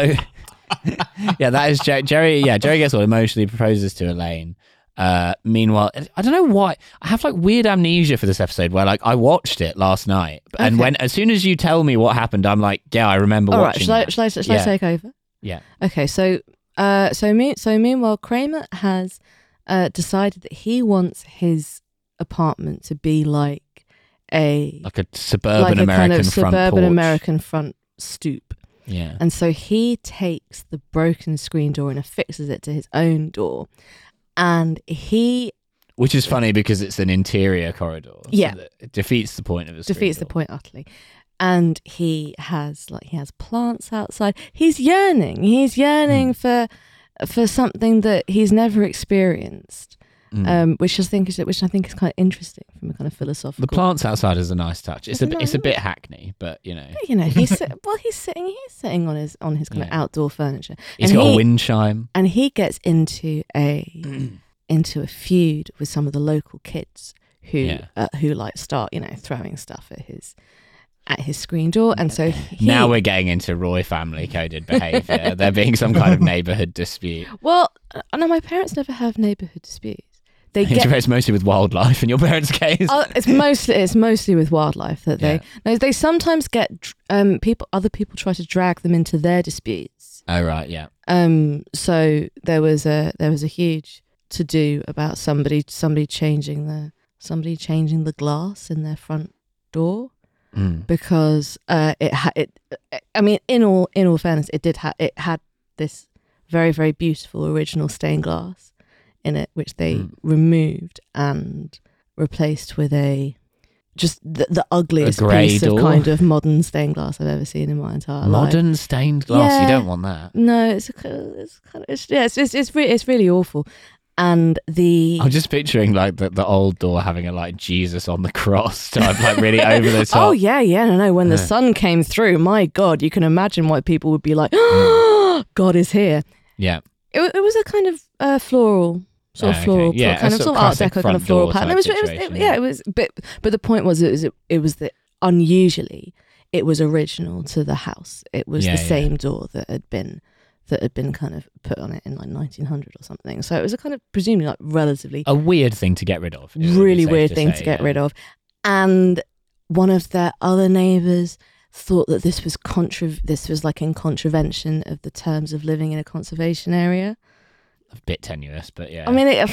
Speaker 1: yeah, that is Jer- Jerry. Yeah, Jerry gets all emotionally proposes to Elaine. Uh, meanwhile, I don't know why I have like weird amnesia for this episode where like I watched it last night, and
Speaker 2: Okay.
Speaker 1: when as soon as you tell me what happened, I'm like, yeah, I remember
Speaker 2: All right,
Speaker 1: watching.
Speaker 2: shall I,
Speaker 1: that.
Speaker 2: shall I, shall
Speaker 1: Yeah.
Speaker 2: I take over?
Speaker 1: Yeah.
Speaker 2: Okay, so uh, so me, so meanwhile, Kramer has uh, decided that he wants his apartment to be like a
Speaker 1: like a suburban
Speaker 2: like a
Speaker 1: American
Speaker 2: kind of
Speaker 1: front
Speaker 2: suburban
Speaker 1: porch.
Speaker 2: American front stoop,
Speaker 1: Yeah,
Speaker 2: and so he takes the broken screen door and affixes it to his own door, and he
Speaker 1: which is funny because it's an interior corridor. so
Speaker 2: Yeah.
Speaker 1: that it defeats the point of a screen
Speaker 2: defeats the
Speaker 1: door.
Speaker 2: point utterly. And he has like he has plants outside. He's yearning. He's yearning
Speaker 1: Hmm.
Speaker 2: for for something that he's never experienced.
Speaker 1: Mm.
Speaker 2: um, which I think is which I think is kind of interesting from a kind of philosophical.
Speaker 1: the plants outside is a nice touch. It's a
Speaker 2: Isn't
Speaker 1: bit-
Speaker 2: that
Speaker 1: it's a
Speaker 2: nice?
Speaker 1: bit hackney, but you know
Speaker 2: You know, he's sit- well, he's sitting, he's sitting on his on his kind of
Speaker 1: Yeah.
Speaker 2: outdoor furniture,
Speaker 1: it's
Speaker 2: And
Speaker 1: got a
Speaker 2: he-
Speaker 1: wind chime.
Speaker 2: and he gets into a into a feud with some of the local kids who
Speaker 1: Yeah.
Speaker 2: uh, who like start you know throwing stuff at his at his screen door, and so he,
Speaker 1: Now we're getting into Roy family coded behavior. there being some kind of neighborhood dispute.
Speaker 2: well, I know my parents never have neighborhood disputes. They get
Speaker 1: It's mostly with wildlife in your parents' case.
Speaker 2: Oh, it's mostly it's mostly with wildlife that they
Speaker 1: Yeah.
Speaker 2: no, they sometimes get dr- um people other people try to drag them into their disputes.
Speaker 1: oh, right, yeah.
Speaker 2: Um, so there was a there was a huge to do about somebody somebody changing the somebody changing the glass in their front door
Speaker 1: Mm.
Speaker 2: because uh, it had it. I mean, in all in all fairness, it did ha- it had this very very beautiful original stained glass in it, which they
Speaker 1: Mm.
Speaker 2: removed and replaced with a just the, the ugliest
Speaker 1: grey
Speaker 2: piece
Speaker 1: door?
Speaker 2: of kind of modern stained glass I've ever seen in my entire life.
Speaker 1: Modern stained glass. You
Speaker 2: Yeah.
Speaker 1: don't want that.
Speaker 2: No, it's a, kind of- it's kind of it's, yeah, it's it's it's, re- it's really awful, and the
Speaker 1: I'm just picturing like the, the old door having a like Jesus on the cross type, like really over the top.
Speaker 2: Oh yeah, yeah, no, no. When the
Speaker 1: Yeah.
Speaker 2: sun came through, my God, you can imagine why people would be like, "God is here."
Speaker 1: Mm. Yeah.
Speaker 2: It, wa- it was a kind of uh, floral
Speaker 1: Oh,
Speaker 2: sort of
Speaker 1: okay.
Speaker 2: floral,
Speaker 1: Yeah,
Speaker 2: floral-
Speaker 1: a
Speaker 2: kind of
Speaker 1: sort
Speaker 2: sort
Speaker 1: of
Speaker 2: of Art
Speaker 1: classic
Speaker 2: Deco kind
Speaker 1: front
Speaker 2: of floral
Speaker 1: door
Speaker 2: pattern. It
Speaker 1: type
Speaker 2: was, it was, it,
Speaker 1: situation,
Speaker 2: yeah,
Speaker 1: yeah.
Speaker 2: it was. But but the point was, it was it was that unusually it was original to the house. It was
Speaker 1: Yeah,
Speaker 2: the
Speaker 1: yeah.
Speaker 2: same door that had been that had been kind of put on it in like 1900 or something. So it was a kind of presumably like relatively
Speaker 1: A weird thing to get rid of.
Speaker 2: really weird thing to get rid of. And one of their other neighbors thought that this was contra- this was like in contravention of the terms of living in a conservation area.
Speaker 1: A bit tenuous, but yeah.
Speaker 2: I mean, it,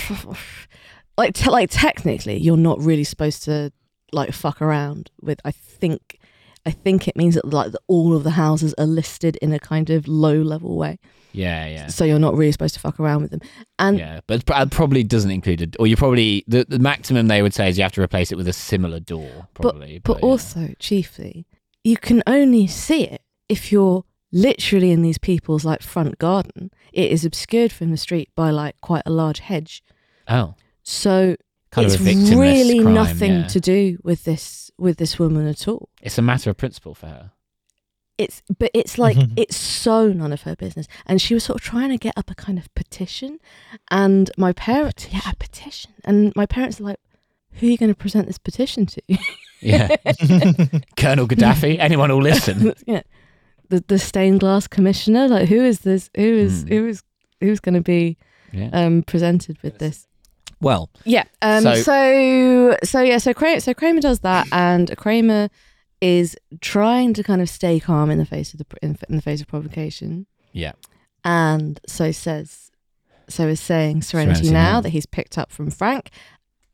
Speaker 2: like te- like technically, you're not really supposed to like fuck around with. I think I think it means that like that all of the houses are listed in a kind of low level way,
Speaker 1: yeah, yeah.
Speaker 2: so you're not really supposed to fuck around with them. And
Speaker 1: Yeah, but it pro- probably doesn't include it, or you probably the, the maximum they would say is you have to replace it with a similar door, probably.
Speaker 2: but
Speaker 1: Oh, yeah.
Speaker 2: also chiefly you can only see it if you're literally in these people's like front garden it is obscured from the street by like quite a large hedge
Speaker 1: oh,
Speaker 2: so
Speaker 1: kind
Speaker 2: it's
Speaker 1: of a victimless
Speaker 2: really
Speaker 1: crime,
Speaker 2: nothing
Speaker 1: yeah.
Speaker 2: to do with this with this woman at all
Speaker 1: It's a matter of principle for her.
Speaker 2: it's but it's like it's so none of her business and she was sort of trying to get up a kind of petition and my parents yeah a petition and my parents are like who are you going to present this petition to
Speaker 1: Yeah, Colonel Gaddafi. Anyone will listen.
Speaker 2: you know, the the stained glass commissioner. Like, who is this? Who is
Speaker 1: Hmm.
Speaker 2: who is who's going to be
Speaker 1: Yeah.
Speaker 2: um, presented with this?
Speaker 1: well,
Speaker 2: Yeah. Um,
Speaker 1: So-
Speaker 2: so, so yeah. So Kramer, so Kramer does that, and Kramer is trying to kind of stay calm in the face of the in, in the face of provocation,
Speaker 1: yeah,
Speaker 2: and so says so is saying serenity,
Speaker 1: Serenity
Speaker 2: now,
Speaker 1: now.
Speaker 2: that he's picked up from Frank.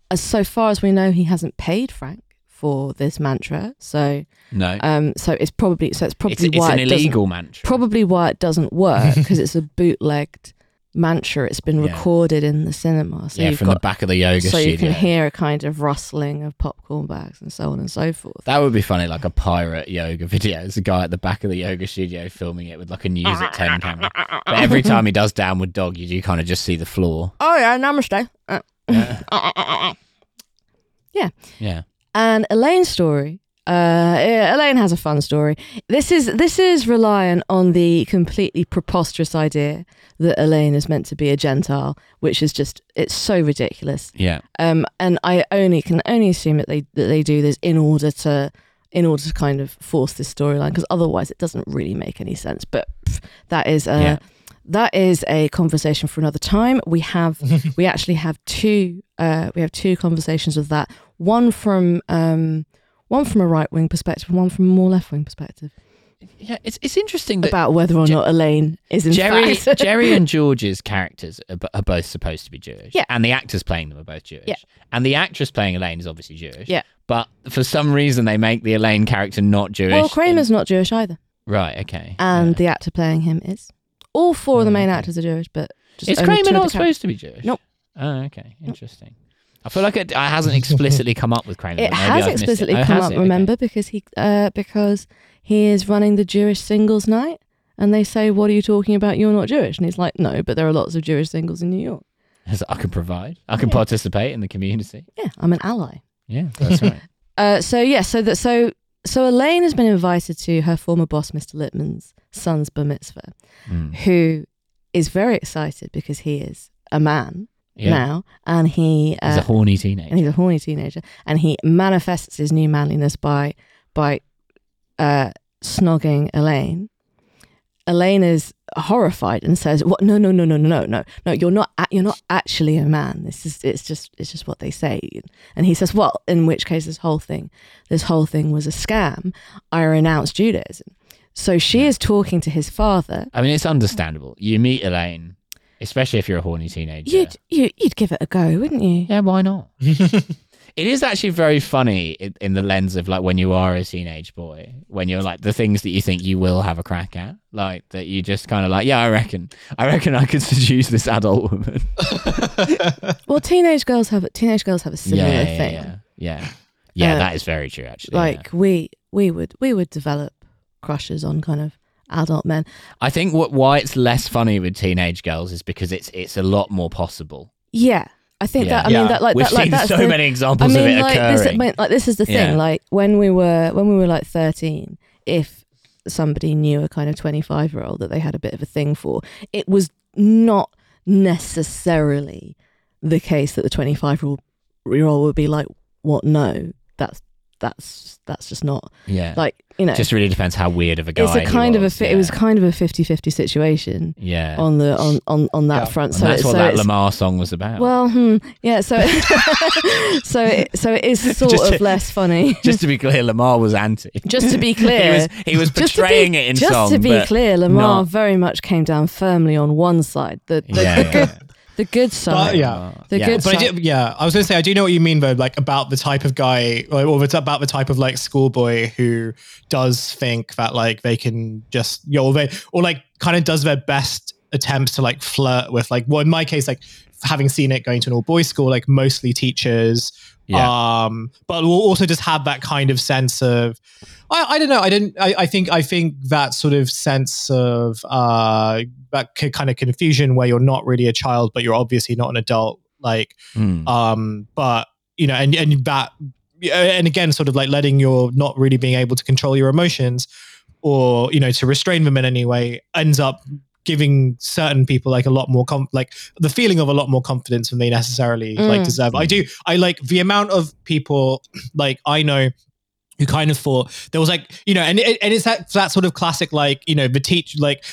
Speaker 2: As so far as we know, he hasn't paid Frank for this mantra. So
Speaker 1: no,
Speaker 2: um, so it's probably so
Speaker 1: it's,
Speaker 2: it's probably
Speaker 1: it's
Speaker 2: why
Speaker 1: an
Speaker 2: it doesn't
Speaker 1: illegal mantra.
Speaker 2: probably why it doesn't work because it's a bootlegged mantra. It's been
Speaker 1: Yeah.
Speaker 2: recorded in the cinema, so
Speaker 1: yeah,
Speaker 2: you've
Speaker 1: from the
Speaker 2: got
Speaker 1: back of the yoga
Speaker 2: so
Speaker 1: studio.
Speaker 2: you can hear a kind of rustling of popcorn bags and so on and so forth.
Speaker 1: That would be funny, like a pirate yoga video. There's a guy at the back of the yoga studio filming it with like a news at ten camera. But every time he does downward dog, you do kind of just see the floor.
Speaker 2: Oh yeah, namaste. Uh,
Speaker 1: Yeah.
Speaker 2: Yeah.
Speaker 1: Yeah.
Speaker 2: and Elaine's story. Uh, yeah, Elaine has a fun story. This is this is reliant on the completely preposterous idea that Elaine is meant to be a Gentile, which is just it's so ridiculous.
Speaker 1: Yeah.
Speaker 2: Um, and I only can only assume that they that they do this in order to in order to kind of force this storyline because otherwise it doesn't really make any sense. But pff, that is a
Speaker 1: Yeah.
Speaker 2: that is a conversation for another time. We have we actually have two uh, we have two conversations with that. One from um, one from a right wing perspective, and one from a more left wing perspective
Speaker 1: Yeah. It's it's interesting that
Speaker 2: about whether or not Elaine is in
Speaker 1: Jerry
Speaker 2: fact
Speaker 1: Jerry and George's characters are, b- are both supposed to be Jewish.
Speaker 2: Yeah.
Speaker 1: And the actors playing them are both Jewish.
Speaker 2: Yeah.
Speaker 1: And the actress playing Elaine is obviously Jewish.
Speaker 2: Yeah.
Speaker 1: But for some reason they make the Elaine character not Jewish.
Speaker 2: well,
Speaker 1: in-
Speaker 2: Kramer's not Jewish either,
Speaker 1: right. Okay.
Speaker 2: and
Speaker 1: Yeah. Oh,
Speaker 2: the actor playing him is. All four of the main actors are Jewish, but just
Speaker 1: Is
Speaker 2: only two
Speaker 1: Kramer
Speaker 2: of the
Speaker 1: not
Speaker 2: characters-
Speaker 1: supposed to be Jewish?
Speaker 2: Nope.
Speaker 1: Oh, okay. Interesting. I feel like it, it hasn't explicitly come up with Kramer.
Speaker 2: it
Speaker 1: but maybe
Speaker 2: has
Speaker 1: I've missed
Speaker 2: explicitly
Speaker 1: it. Oh,
Speaker 2: come
Speaker 1: has
Speaker 2: up,
Speaker 1: it? Okay.
Speaker 2: remember, because he uh, because he is running the Jewish singles night, and they say, "What are you talking about? You're not Jewish." And he's like, "No, but there are lots of Jewish singles in New York.
Speaker 1: He's like, I can provide. I can participate in the community.
Speaker 2: Yeah, I'm an ally."
Speaker 1: Yeah, that's right.
Speaker 2: Uh, so yeah, so that so so Elaine has been invited to her former boss, Mr. Littman's son's bar mitzvah,
Speaker 1: Mm.
Speaker 2: who is very excited because he is a man
Speaker 1: Yeah.
Speaker 2: now, and he uh,
Speaker 1: He's a horny teenager.
Speaker 2: and he's a horny teenager, and he manifests his new manliness by by uh, snogging Elaine. Elaine is horrified and says, "What? No, no, no, no, no, no, no, no! You're not. a- You're not actually a man. This is. It's just. It's just what they say." And he says, "Well, in which case, this whole thing, this whole thing was a scam. I renounce Judaism." So she is talking to his father.
Speaker 1: I mean, it's understandable. You meet Elaine, especially if you're a horny teenager.
Speaker 2: You'd you, you'd give it a go, wouldn't you?
Speaker 1: Yeah, why not? it is actually very funny in, in the lens of like when you are a teenage boy, when you're like the things that you think you will have a crack at, like that you just kind of like, yeah, I reckon, I reckon I could seduce this adult woman.
Speaker 2: Well, teenage girls have teenage girls have a similar
Speaker 1: yeah,
Speaker 2: thing.
Speaker 1: yeah, yeah, yeah.
Speaker 2: Uh,
Speaker 1: that is very true, actually. yeah.
Speaker 2: like we we would we would develop crushes on kind of adult men
Speaker 1: I think what why it's less funny with teenage girls is because it's it's a lot more possible.
Speaker 2: yeah i think that i
Speaker 3: Yeah.
Speaker 2: mean that like
Speaker 1: We've
Speaker 2: that like
Speaker 1: seen
Speaker 2: that's
Speaker 1: so
Speaker 2: the,
Speaker 1: many
Speaker 2: i
Speaker 1: examples of
Speaker 2: mean
Speaker 1: it
Speaker 2: like
Speaker 1: occurring.
Speaker 2: this, I mean, like this is the thing
Speaker 1: Yeah.
Speaker 2: like when we were when we were like 13 if somebody knew a kind of 25 year old that they had a bit of a thing for it was not necessarily the case that the 25 year old year old would be like, what? No, that's that's that's just not
Speaker 1: Yeah.
Speaker 2: like you know.
Speaker 1: just really depends how weird of a guy.
Speaker 2: it's a
Speaker 1: he
Speaker 2: kind of a
Speaker 1: was,
Speaker 2: fi-
Speaker 1: yeah.
Speaker 2: it was kind of a 50-50 situation
Speaker 1: yeah.
Speaker 2: on the on on, on that
Speaker 3: Yeah.
Speaker 2: front.
Speaker 1: And
Speaker 2: So
Speaker 1: that's
Speaker 2: it-
Speaker 1: what
Speaker 2: so
Speaker 1: that
Speaker 2: it's-
Speaker 1: Lamar song was about.
Speaker 2: well, hmm, yeah. So so it, so it is sort
Speaker 1: Just-
Speaker 2: of less funny.
Speaker 1: just to be clear, Lamar was anti.
Speaker 2: Just to be
Speaker 1: he
Speaker 2: clear,
Speaker 1: was he was
Speaker 2: just to be-
Speaker 1: portraying it in
Speaker 2: just
Speaker 1: song.
Speaker 2: to be
Speaker 1: but
Speaker 2: clear, Lamar
Speaker 1: not-
Speaker 2: very much came down firmly on one side, the the,
Speaker 1: Yeah,
Speaker 2: the,
Speaker 1: yeah.
Speaker 2: Good, the good side.
Speaker 3: But, yeah.
Speaker 2: The
Speaker 1: Yeah.
Speaker 2: good
Speaker 3: But I
Speaker 2: side.
Speaker 3: did, yeah, I was gonna say I do know what you mean though, like about the type of guy, like, or it's about the type of like schoolboy who does think that like they can just, you know, or they or like kind of does their best attempts to like flirt with like, well, in my case, like having seen it going to an all boys school, like mostly teachers, um, but we'll also just have that kind of sense of, I, I don't know, I didn't, I, I think, I think that sort of sense of uh, that c- kind of confusion where you're not really a child, but you're obviously not an adult, like
Speaker 1: Mm.
Speaker 3: um but you know and and that and again sort of like letting your not really being able to control your emotions or you know to restrain them in any way ends up giving certain people like a lot more com- like the feeling of a lot more confidence than they necessarily like
Speaker 2: Mm.
Speaker 3: deserve i do i like the amount of people like i know who kind of thought there was like you know and it- and it's that that sort of classic like you know the teach like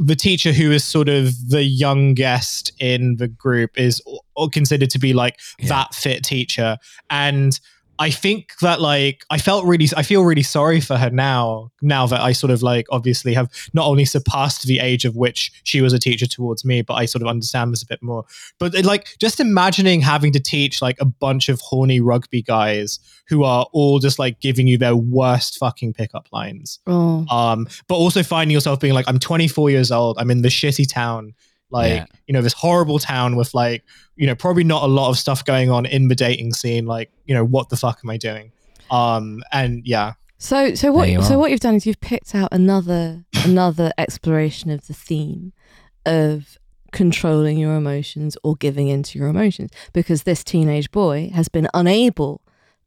Speaker 3: the teacher who is sort of the youngest in the group is o- o- considered to be like
Speaker 1: Yeah.
Speaker 3: that fit teacher and i think that like i felt really i feel really sorry for her now now that i sort of like obviously have not only surpassed the age of which she was a teacher towards me but i sort of understand this a bit more but it, like just imagining having to teach like a bunch of horny rugby guys who are all just like giving you their worst fucking pickup lines
Speaker 2: Oh.
Speaker 3: um but also finding yourself being like i'm 24 years old i'm in this shitty town like
Speaker 1: Yeah.
Speaker 3: you know this horrible town with like you know probably not a lot of stuff going on in the dating scene like you know what the fuck am i doing um and yeah
Speaker 2: So so
Speaker 1: There you
Speaker 2: what
Speaker 1: are.
Speaker 2: so what you've done is you've picked out another another exploration of the theme of controlling your emotions or giving into your emotions because this teenage boy has been unable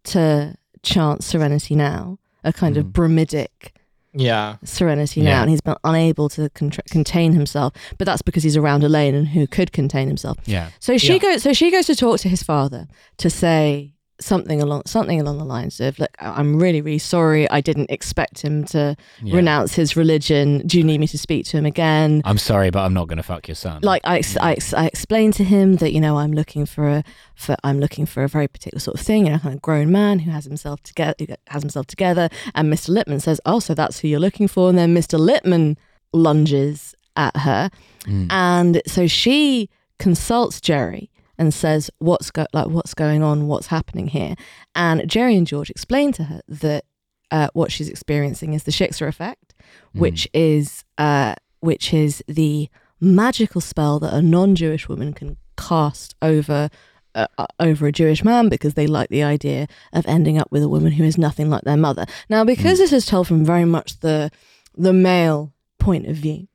Speaker 2: to chant serenity now a kind of
Speaker 1: Mhm.
Speaker 2: bromidic
Speaker 3: yeah
Speaker 2: serenity
Speaker 1: Yeah.
Speaker 2: now and he's been unable to contr contain himself but that's because he's around Elaine and who could contain himself
Speaker 1: yeah.
Speaker 2: so she
Speaker 3: Yeah.
Speaker 2: goes. So she goes to talk to his father to say something along something along the lines of, "Look, I- I'm really, really sorry. I didn't expect him to
Speaker 1: Yeah.
Speaker 2: renounce his religion. Do you need me to speak to him again?"
Speaker 1: I'm sorry, but I'm not going to fuck your son.
Speaker 2: Like I, ex- I, ex- I explained to him that you know I'm looking for a for I'm looking for a very particular sort of thing, you know, kind of grown man who has himself together has himself together. And Mr. Lippman says, "Oh, so that's who you're looking for." And then Mr. Lippman lunges at her,
Speaker 1: Mm.
Speaker 2: and so she consults Jerry and says, "What's go- like what's going on? What's happening here?" And Jerry and George explain to her that uh, what she's experiencing is the Shiksa effect, which is uh, which is the magical spell that a non-Jewish woman can cast over. Uh, uh, over a Jewish man because they like the idea of ending up with a woman who is nothing like their mother. Now, because this is told from very much the the male point of view,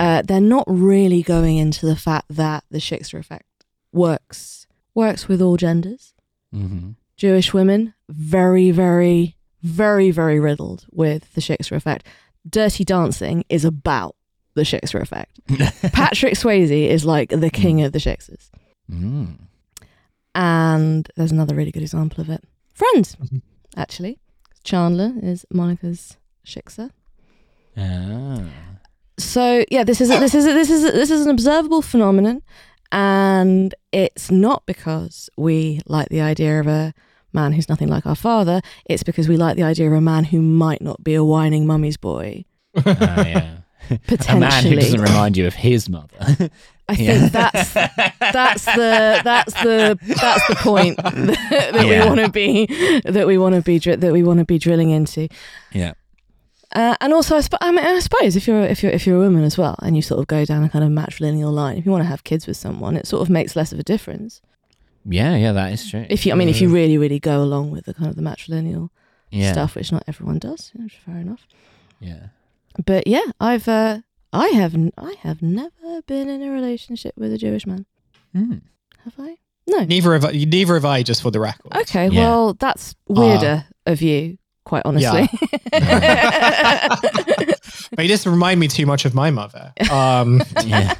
Speaker 2: uh, they're not really going into the fact that the Shiksa effect works works with all genders.
Speaker 1: hmm
Speaker 2: Jewish women very, very, very, very riddled with the Shiksa effect. Dirty Dancing is about the Shiksa effect. Patrick Swayze is like the king of the Shiksas,
Speaker 1: Mm.
Speaker 2: and there's another really good example of it. Friends, actually, Chandler is Monica's Shiksa.
Speaker 1: Ah.
Speaker 2: so yeah this is a, this is a, this is a, this is an observable phenomenon and it's not because we like the idea of a man who's nothing like our father it's because we like the idea of a man who might not be a whining mummy's boy
Speaker 1: Ah, yeah. A man who
Speaker 2: potentially
Speaker 1: doesn't remind you of his mother.
Speaker 2: i think
Speaker 1: Yeah.
Speaker 2: that's that's the that's the that's the point that,
Speaker 1: Yeah.
Speaker 2: we want to be that we want to be dri- that we want to be drilling into
Speaker 1: yeah.
Speaker 2: Uh, and also, I, sp- I, mean, I suppose if you're if you're if you're a woman as well, and you sort of go down a kind of matrilineal line, if you want to have kids with someone, it sort of makes less of a difference.
Speaker 1: Yeah, yeah, that is true.
Speaker 2: If you, I mean, if you really really go along with the kind of the matrilineal
Speaker 1: yeah,
Speaker 2: stuff, which not everyone does, which is fair enough.
Speaker 1: Yeah.
Speaker 2: But yeah, I've uh, I have n- I have never been in a relationship with a Jewish man,
Speaker 1: Mm.
Speaker 2: have I? No.
Speaker 3: neither of neither of i just for the record
Speaker 2: Okay,
Speaker 1: Yeah. Ah.
Speaker 2: well that's weirder of you. quite honestly.
Speaker 3: But you just remind me too much of my mother. Um,
Speaker 1: Yeah.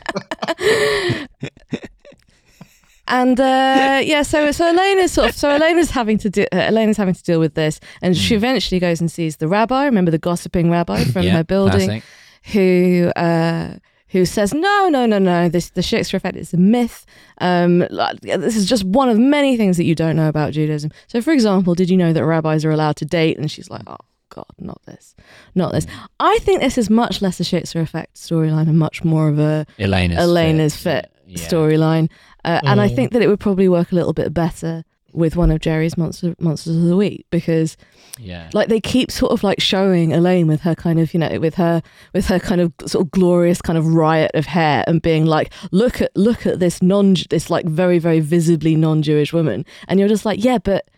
Speaker 2: And uh, yeah, so so Elena's sort of so Elena's having to do uh, Elena's having to deal with this,
Speaker 1: Hmm.
Speaker 2: and she eventually goes and sees the rabbi. Remember the gossiping rabbi from
Speaker 1: yeah,
Speaker 2: her building,
Speaker 1: classic.
Speaker 2: who uh, who says no, no, no, no. This the Shakespeare effect is a myth. Um, like, yeah, this is just one of many things that you don't know about Judaism. So, for example, did you know that rabbis are allowed to date? And she's like, oh. God, not this, not this.
Speaker 1: Hmm.
Speaker 2: I think this is much less a Shakespeare effect storyline and much more of a
Speaker 1: Elena's
Speaker 2: Elena's fit
Speaker 1: Yeah. Mm.
Speaker 2: storyline, uh, and I think that it would probably work a little bit better with one of Jerry's monster monsters of the week because
Speaker 1: Yeah.
Speaker 2: like they keep sort of like showing Elaine with her kind of you know with her with her kind of sort of glorious kind of riot of hair and being like look at look at this non this like very very visibly non-Jewish woman and you're just like yeah but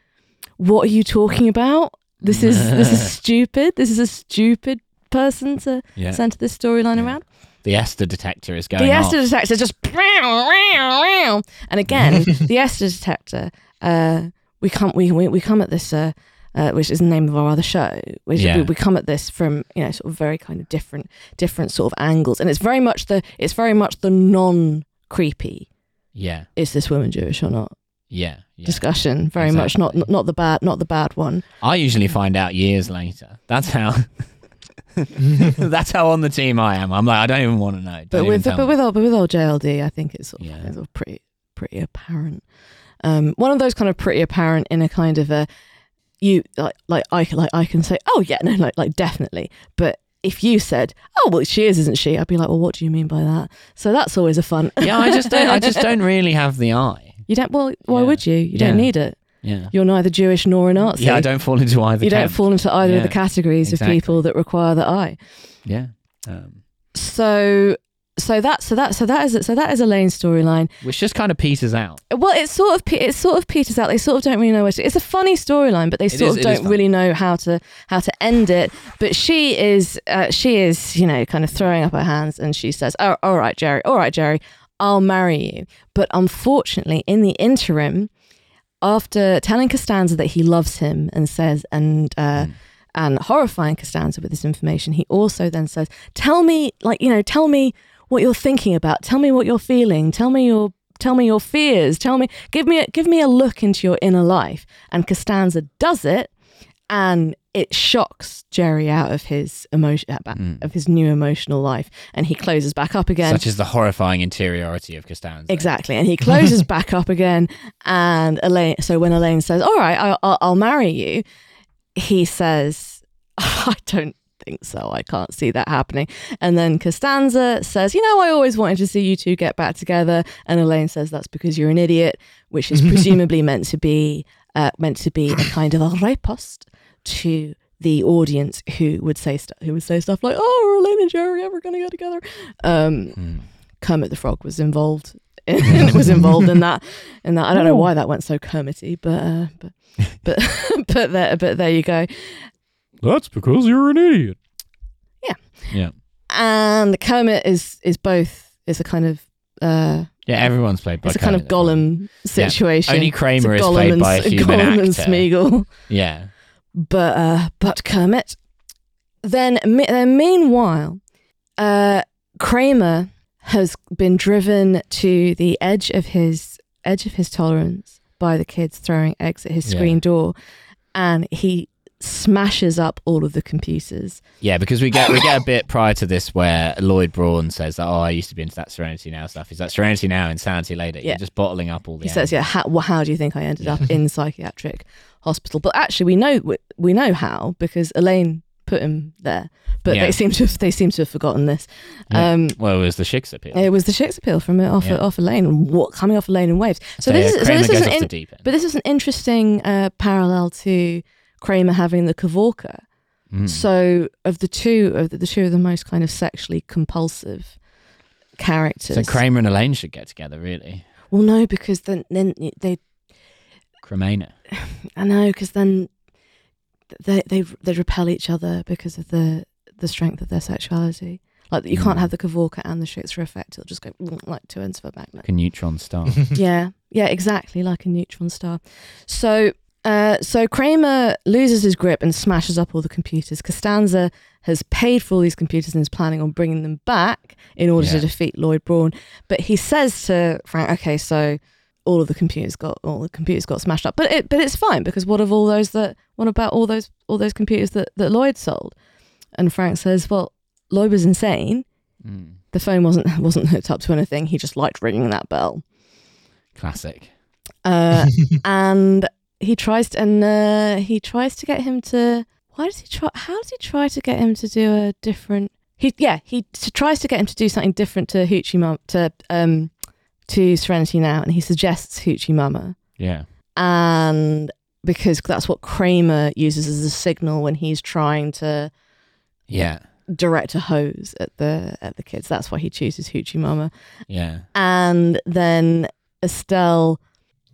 Speaker 2: what are you talking about this is this is stupid this is a stupid person to
Speaker 1: Yeah.
Speaker 2: center this storyline around
Speaker 1: the Esther detector is going
Speaker 2: the
Speaker 1: off.
Speaker 2: Esther detector just and again the Esther detector. Uh, we come we, we we come at this, uh, uh, which is the name of our other show. Which
Speaker 1: Yeah.
Speaker 2: we, we come at this from you know sort of very kind of different different sort of angles, and it's very much the it's very much the non creepy.
Speaker 1: yeah.
Speaker 2: Is this woman Jewish or not?
Speaker 1: Yeah. yeah.
Speaker 2: Discussion very much not
Speaker 1: Exactly.
Speaker 2: not the bad not the bad one.
Speaker 1: I usually find out years later. That's how. that's how on the team I am. I'm like, I don't even want to know. Don't
Speaker 2: But
Speaker 1: even
Speaker 2: with
Speaker 1: tell
Speaker 2: but
Speaker 1: me.
Speaker 2: with old, but with old JLD, I think it's sort of,
Speaker 1: Yeah.
Speaker 2: it's sort of pretty pretty apparent. Um, one of those kind of pretty apparent in a kind of a you like like I can- like I can say oh yeah no like like definitely, but if you said oh well she is isn't she, I'd be like well what do you mean by that? So that's always a fun.
Speaker 1: yeah, I just don't. I just don't really have the eye.
Speaker 2: you don't well why
Speaker 1: Yeah.
Speaker 2: would you? You don't
Speaker 1: Yeah.
Speaker 2: need it.
Speaker 1: Yeah.
Speaker 2: You're neither Jewish nor an Nazi.
Speaker 1: Yeah, I don't fall into either.
Speaker 2: You don't
Speaker 1: camp.
Speaker 2: fall into either of the
Speaker 1: Yeah,
Speaker 2: categories
Speaker 1: exactly.
Speaker 2: of people that require the eye.
Speaker 1: Yeah. Um,
Speaker 2: So so that so that so that is it. So that is Elaine's storyline.
Speaker 1: which just kind of pieces out.
Speaker 2: Well, it's sort of pe- it sort of peters out. They sort of don't really know where to. It's a funny storyline, but they sort
Speaker 1: is-
Speaker 2: of
Speaker 1: it is
Speaker 2: don't really know how to how to end it. But she is uh, she is you know kind of throwing up her hands and she says, oh, "All right, Jerry. All right, Jerry. I'll marry you." But unfortunately, in the interim, after telling Costanza that he loves him and says and uh, and horrifying Costanza with this information, he also then says, "Tell me, like you know, tell me what you're thinking about. Tell me what you're feeling. Tell me your tell me your fears. Tell me give me a, give me a look into your inner life." And Costanza does it, and it shocks Jerry out of his emotion uh, of his new emotional life, and he closes back up again.
Speaker 1: Such as the horrifying interiority of Costanza.
Speaker 2: Exactly, and he closes back up again. And Elaine, so when Elaine says, "All right, I, I'll, I'll marry you," he says, "I don't think so. I can't see that happening." And then Costanza says, "You know, I always wanted to see you two get back together." And Elaine says, "That's because you're an idiot," which is presumably meant to be uh, meant to be a kind of a riposte to the audience who would say stu who would say stuff like, "Oh, are Elaine and Jerry ever going to get together?" Um, Kermit the Frog was involved. in- was involved in that, in that I
Speaker 1: Oh.
Speaker 2: don't know why that went so Kermity, but uh, but but but there but there you go.
Speaker 1: That's because you're an idiot.
Speaker 2: Yeah.
Speaker 1: Yeah.
Speaker 2: And Kermit is is both is a kind of uh,
Speaker 1: Yeah, everyone's played by
Speaker 2: it's a kind of
Speaker 1: Conan the Fox.
Speaker 2: Gollum situation.
Speaker 1: Only
Speaker 2: It's a
Speaker 1: Kramer is
Speaker 2: Gollum
Speaker 1: played
Speaker 2: and
Speaker 1: by a
Speaker 2: S-
Speaker 1: human
Speaker 2: Gollum and
Speaker 1: actor.
Speaker 2: Smeagol.
Speaker 1: Yeah.
Speaker 2: but uh, but Kermit. Then, me- then meanwhile, uh, Kramer has been driven to the edge of his edge of his tolerance by the kids throwing eggs at his
Speaker 1: Yeah.
Speaker 2: screen door, and he smashes up all of the computers.
Speaker 1: Yeah, because we get we get a bit prior to this where Lloyd Braun says that oh I used to be into that Serenity Now stuff. He's like Serenity Now, Insanity Later. You're
Speaker 2: Yeah.
Speaker 1: just bottling up all the.
Speaker 2: He says, "Yeah, how, well, how do you think I ended up in psychiatric hospital?" But actually, we know we, we know how because Elaine put him there. But
Speaker 1: Yeah.
Speaker 2: they seem to have, they seem to have forgotten this.
Speaker 1: Yeah.
Speaker 2: Um,
Speaker 1: Well, it was the Shakespeare.
Speaker 2: It was the Shakespeare appeal from it off
Speaker 1: Yeah.
Speaker 2: off a lane and what coming off a lane in waves. So,
Speaker 1: yeah,
Speaker 2: this is so
Speaker 1: Kramer
Speaker 2: this
Speaker 1: goes
Speaker 2: is an
Speaker 1: off the
Speaker 2: in,
Speaker 1: deep end.
Speaker 2: but this is an interesting uh, parallel to Kramer having the Kavorka.
Speaker 1: Mm.
Speaker 2: So of the two of the, the two of the most kind of sexually compulsive characters.
Speaker 1: So Kramer and Elaine should get together, really.
Speaker 2: well, no, because then then they
Speaker 1: Cremena.
Speaker 2: I know because then they they they repel each other because of the the strength of their sexuality. Like you can't
Speaker 1: Mm.
Speaker 2: have the Kavorka and the Shakespeare effect; it'll just go like two ends of a magnet.
Speaker 1: Like a neutron star.
Speaker 2: yeah yeah exactly like a neutron star so Uh, so Kramer loses his grip and smashes up all the computers. Costanza has paid for all these computers and is planning on bringing them back in order
Speaker 1: Yeah.
Speaker 2: to defeat Lloyd Braun. But he says to Frank, "Okay, so all of the computers got all the computers got smashed up, but it but it's fine because what of all those that what about all those all those computers that that Lloyd sold?" And Frank says, "Well, Lloyd was insane.
Speaker 1: Mm.
Speaker 2: The phone wasn't wasn't hooked up to anything. He just liked ringing that bell."
Speaker 1: Classic.
Speaker 2: Uh, and he tries to, and uh, he tries to get him to. Why does he try? How does he try to get him to do a different? He yeah he t- tries to get him to do something different to Hoochie Mama to um to Serenity now, and he suggests Hoochie Mama,
Speaker 1: Yeah.
Speaker 2: and because that's what Kramer uses as a signal when he's trying to
Speaker 1: Yeah.
Speaker 2: direct a hose at the at the kids. That's why he chooses Hoochie Mama.
Speaker 1: Yeah.
Speaker 2: And then Estelle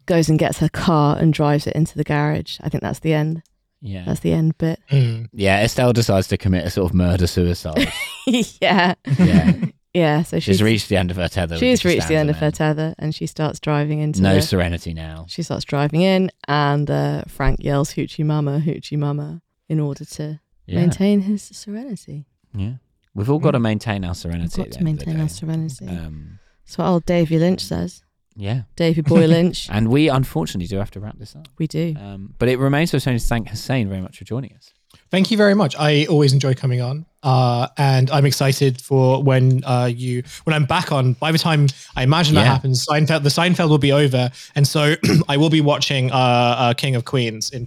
Speaker 2: goes and gets her car and drives it into the garage. I think that's the end.
Speaker 1: Yeah.
Speaker 2: That's the end bit.
Speaker 3: Mm.
Speaker 1: Yeah. Estelle decides to commit a sort of murder suicide.
Speaker 2: yeah.
Speaker 1: yeah.
Speaker 2: Yeah. So
Speaker 1: She's
Speaker 2: she's,
Speaker 1: reached the end of her tether. with
Speaker 2: she's reached the
Speaker 1: Costanza
Speaker 2: end of her
Speaker 1: man.
Speaker 2: tether and she starts driving into
Speaker 1: No
Speaker 2: the-
Speaker 1: serenity now.
Speaker 2: she starts driving in and uh, Frank yells Hoochie Mama, Hoochie Mama in order to
Speaker 1: Yeah.
Speaker 2: maintain his serenity.
Speaker 1: yeah. We've all got to maintain our
Speaker 2: We've
Speaker 1: serenity.
Speaker 2: got
Speaker 1: at the
Speaker 2: to
Speaker 1: end of the
Speaker 2: maintain our
Speaker 1: day.
Speaker 2: serenity.
Speaker 1: Um,
Speaker 2: That's what old Davy Lynch says.
Speaker 1: yeah.
Speaker 2: Davy Boy Lynch.
Speaker 1: And we unfortunately do have to wrap this up.
Speaker 2: we do.
Speaker 1: Um, but it remains for us only to thank Hussein very much for joining us.
Speaker 3: Thank you very much. I always enjoy coming on, uh, and I'm excited for when uh, you when I'm back on. By the time I imagine that
Speaker 1: Yeah.
Speaker 3: happens, Seinfeld the Seinfeld will be over, and so I will be watching uh, uh, King of Queens in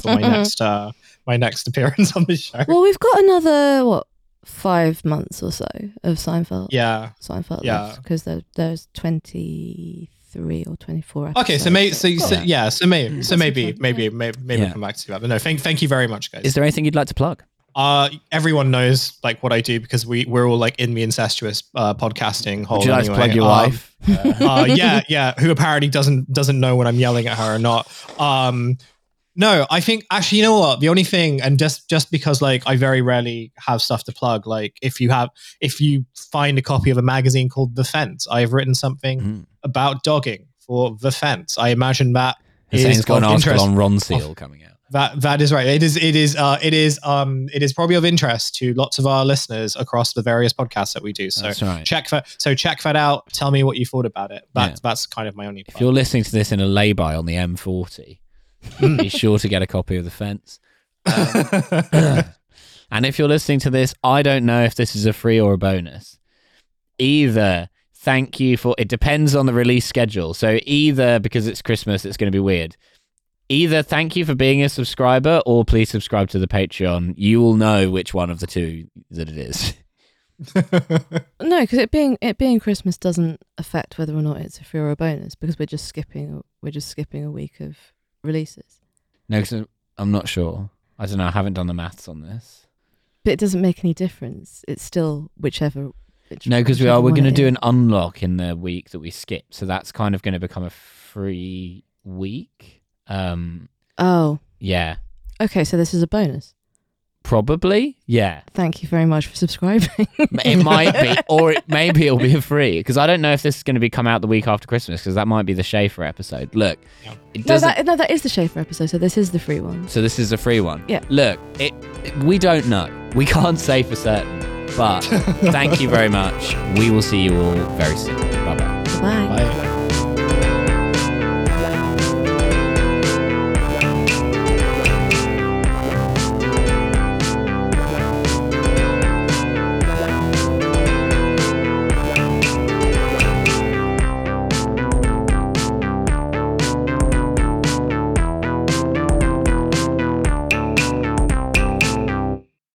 Speaker 3: for my next uh, my next appearance on the show.
Speaker 2: Well, we've got another what five months or so of Seinfeld.
Speaker 3: yeah.
Speaker 2: Seinfeld
Speaker 3: Yeah.
Speaker 2: left because there, there's twenty three or twenty four.
Speaker 3: Okay. So maybe. So, so
Speaker 1: Yeah.
Speaker 3: yeah. So maybe. So
Speaker 2: That's
Speaker 3: maybe.
Speaker 2: okay.
Speaker 3: Maybe. Maybe. Maybe
Speaker 1: Mm. Yeah.
Speaker 3: we'll come back to that. But no. Thank. Thank you very much, guys.
Speaker 1: Is there anything you'd like to plug?
Speaker 3: uh, everyone knows like what I do because we we're all like in the incestuous uh, podcasting hole.
Speaker 1: Would you like
Speaker 3: anyway.
Speaker 1: to plug your
Speaker 3: Um,
Speaker 1: wife? Uh,
Speaker 3: uh, yeah, yeah, who apparently doesn't doesn't know when I'm yelling at her or not. Um, no, I think actually, you know what? The only thing, and just just because like I very rarely have stuff to plug. Like if you have, if you find a copy of a magazine called The Fence, I have written something
Speaker 1: Mm.
Speaker 3: about dogging for The Fence. I imagine that is
Speaker 1: Hussein's got an
Speaker 3: of
Speaker 1: article
Speaker 3: interest.
Speaker 1: on Ron Seal coming out.
Speaker 3: That that is right. It is it is uh it is um it is probably of interest to lots of our listeners across the various podcasts that we do. So
Speaker 1: That's right.
Speaker 3: check that so check that out. Tell me what you thought about it. That
Speaker 1: Yeah.
Speaker 3: that's kind of my only
Speaker 1: If
Speaker 3: plug.
Speaker 1: you're listening to this in a lay-by on the M40, be sure to get a copy of The Fence. And if you're listening to this, I don't know if this is a free or a bonus. Either thank you for it depends on the release schedule. So either because it's Christmas, it's going to be weird. Either thank you for being a subscriber or please subscribe to the Patreon. You will know which one of the two that it is.
Speaker 3: Um,
Speaker 2: No, because it being it being Christmas doesn't affect whether or not it's a free or a bonus because we're just skipping we're just skipping a week of releases.
Speaker 1: No, because I'm not sure. I don't know. I haven't done the maths on this.
Speaker 2: But it doesn't make any difference. It's still whichever. Which,
Speaker 1: No, because we are.
Speaker 2: whichever
Speaker 1: We're
Speaker 2: one
Speaker 1: going to
Speaker 2: it
Speaker 1: do
Speaker 2: is.
Speaker 1: an unlock in the week that we skip, so that's kind of going to become a free week. Um,
Speaker 2: Oh,
Speaker 1: yeah,
Speaker 2: okay. So this is a bonus.
Speaker 1: probably. Yeah,
Speaker 2: Thank you very much for subscribing.
Speaker 1: it might be, or it, maybe it'll be a free because I don't know if this is going to be come out the week after Christmas because that might be the Schaefer episode. Look,
Speaker 3: Yeah.
Speaker 1: it
Speaker 2: no,
Speaker 1: doesn't.
Speaker 2: that no, that is the Schaefer episode. So this is the free one.
Speaker 1: So this is a free one.
Speaker 2: Yeah.
Speaker 1: Look, it, it- we don't know. We can't say for certain. But thank you very much. We will see you all very soon. Bye bye.
Speaker 2: Bye.
Speaker 3: Bye.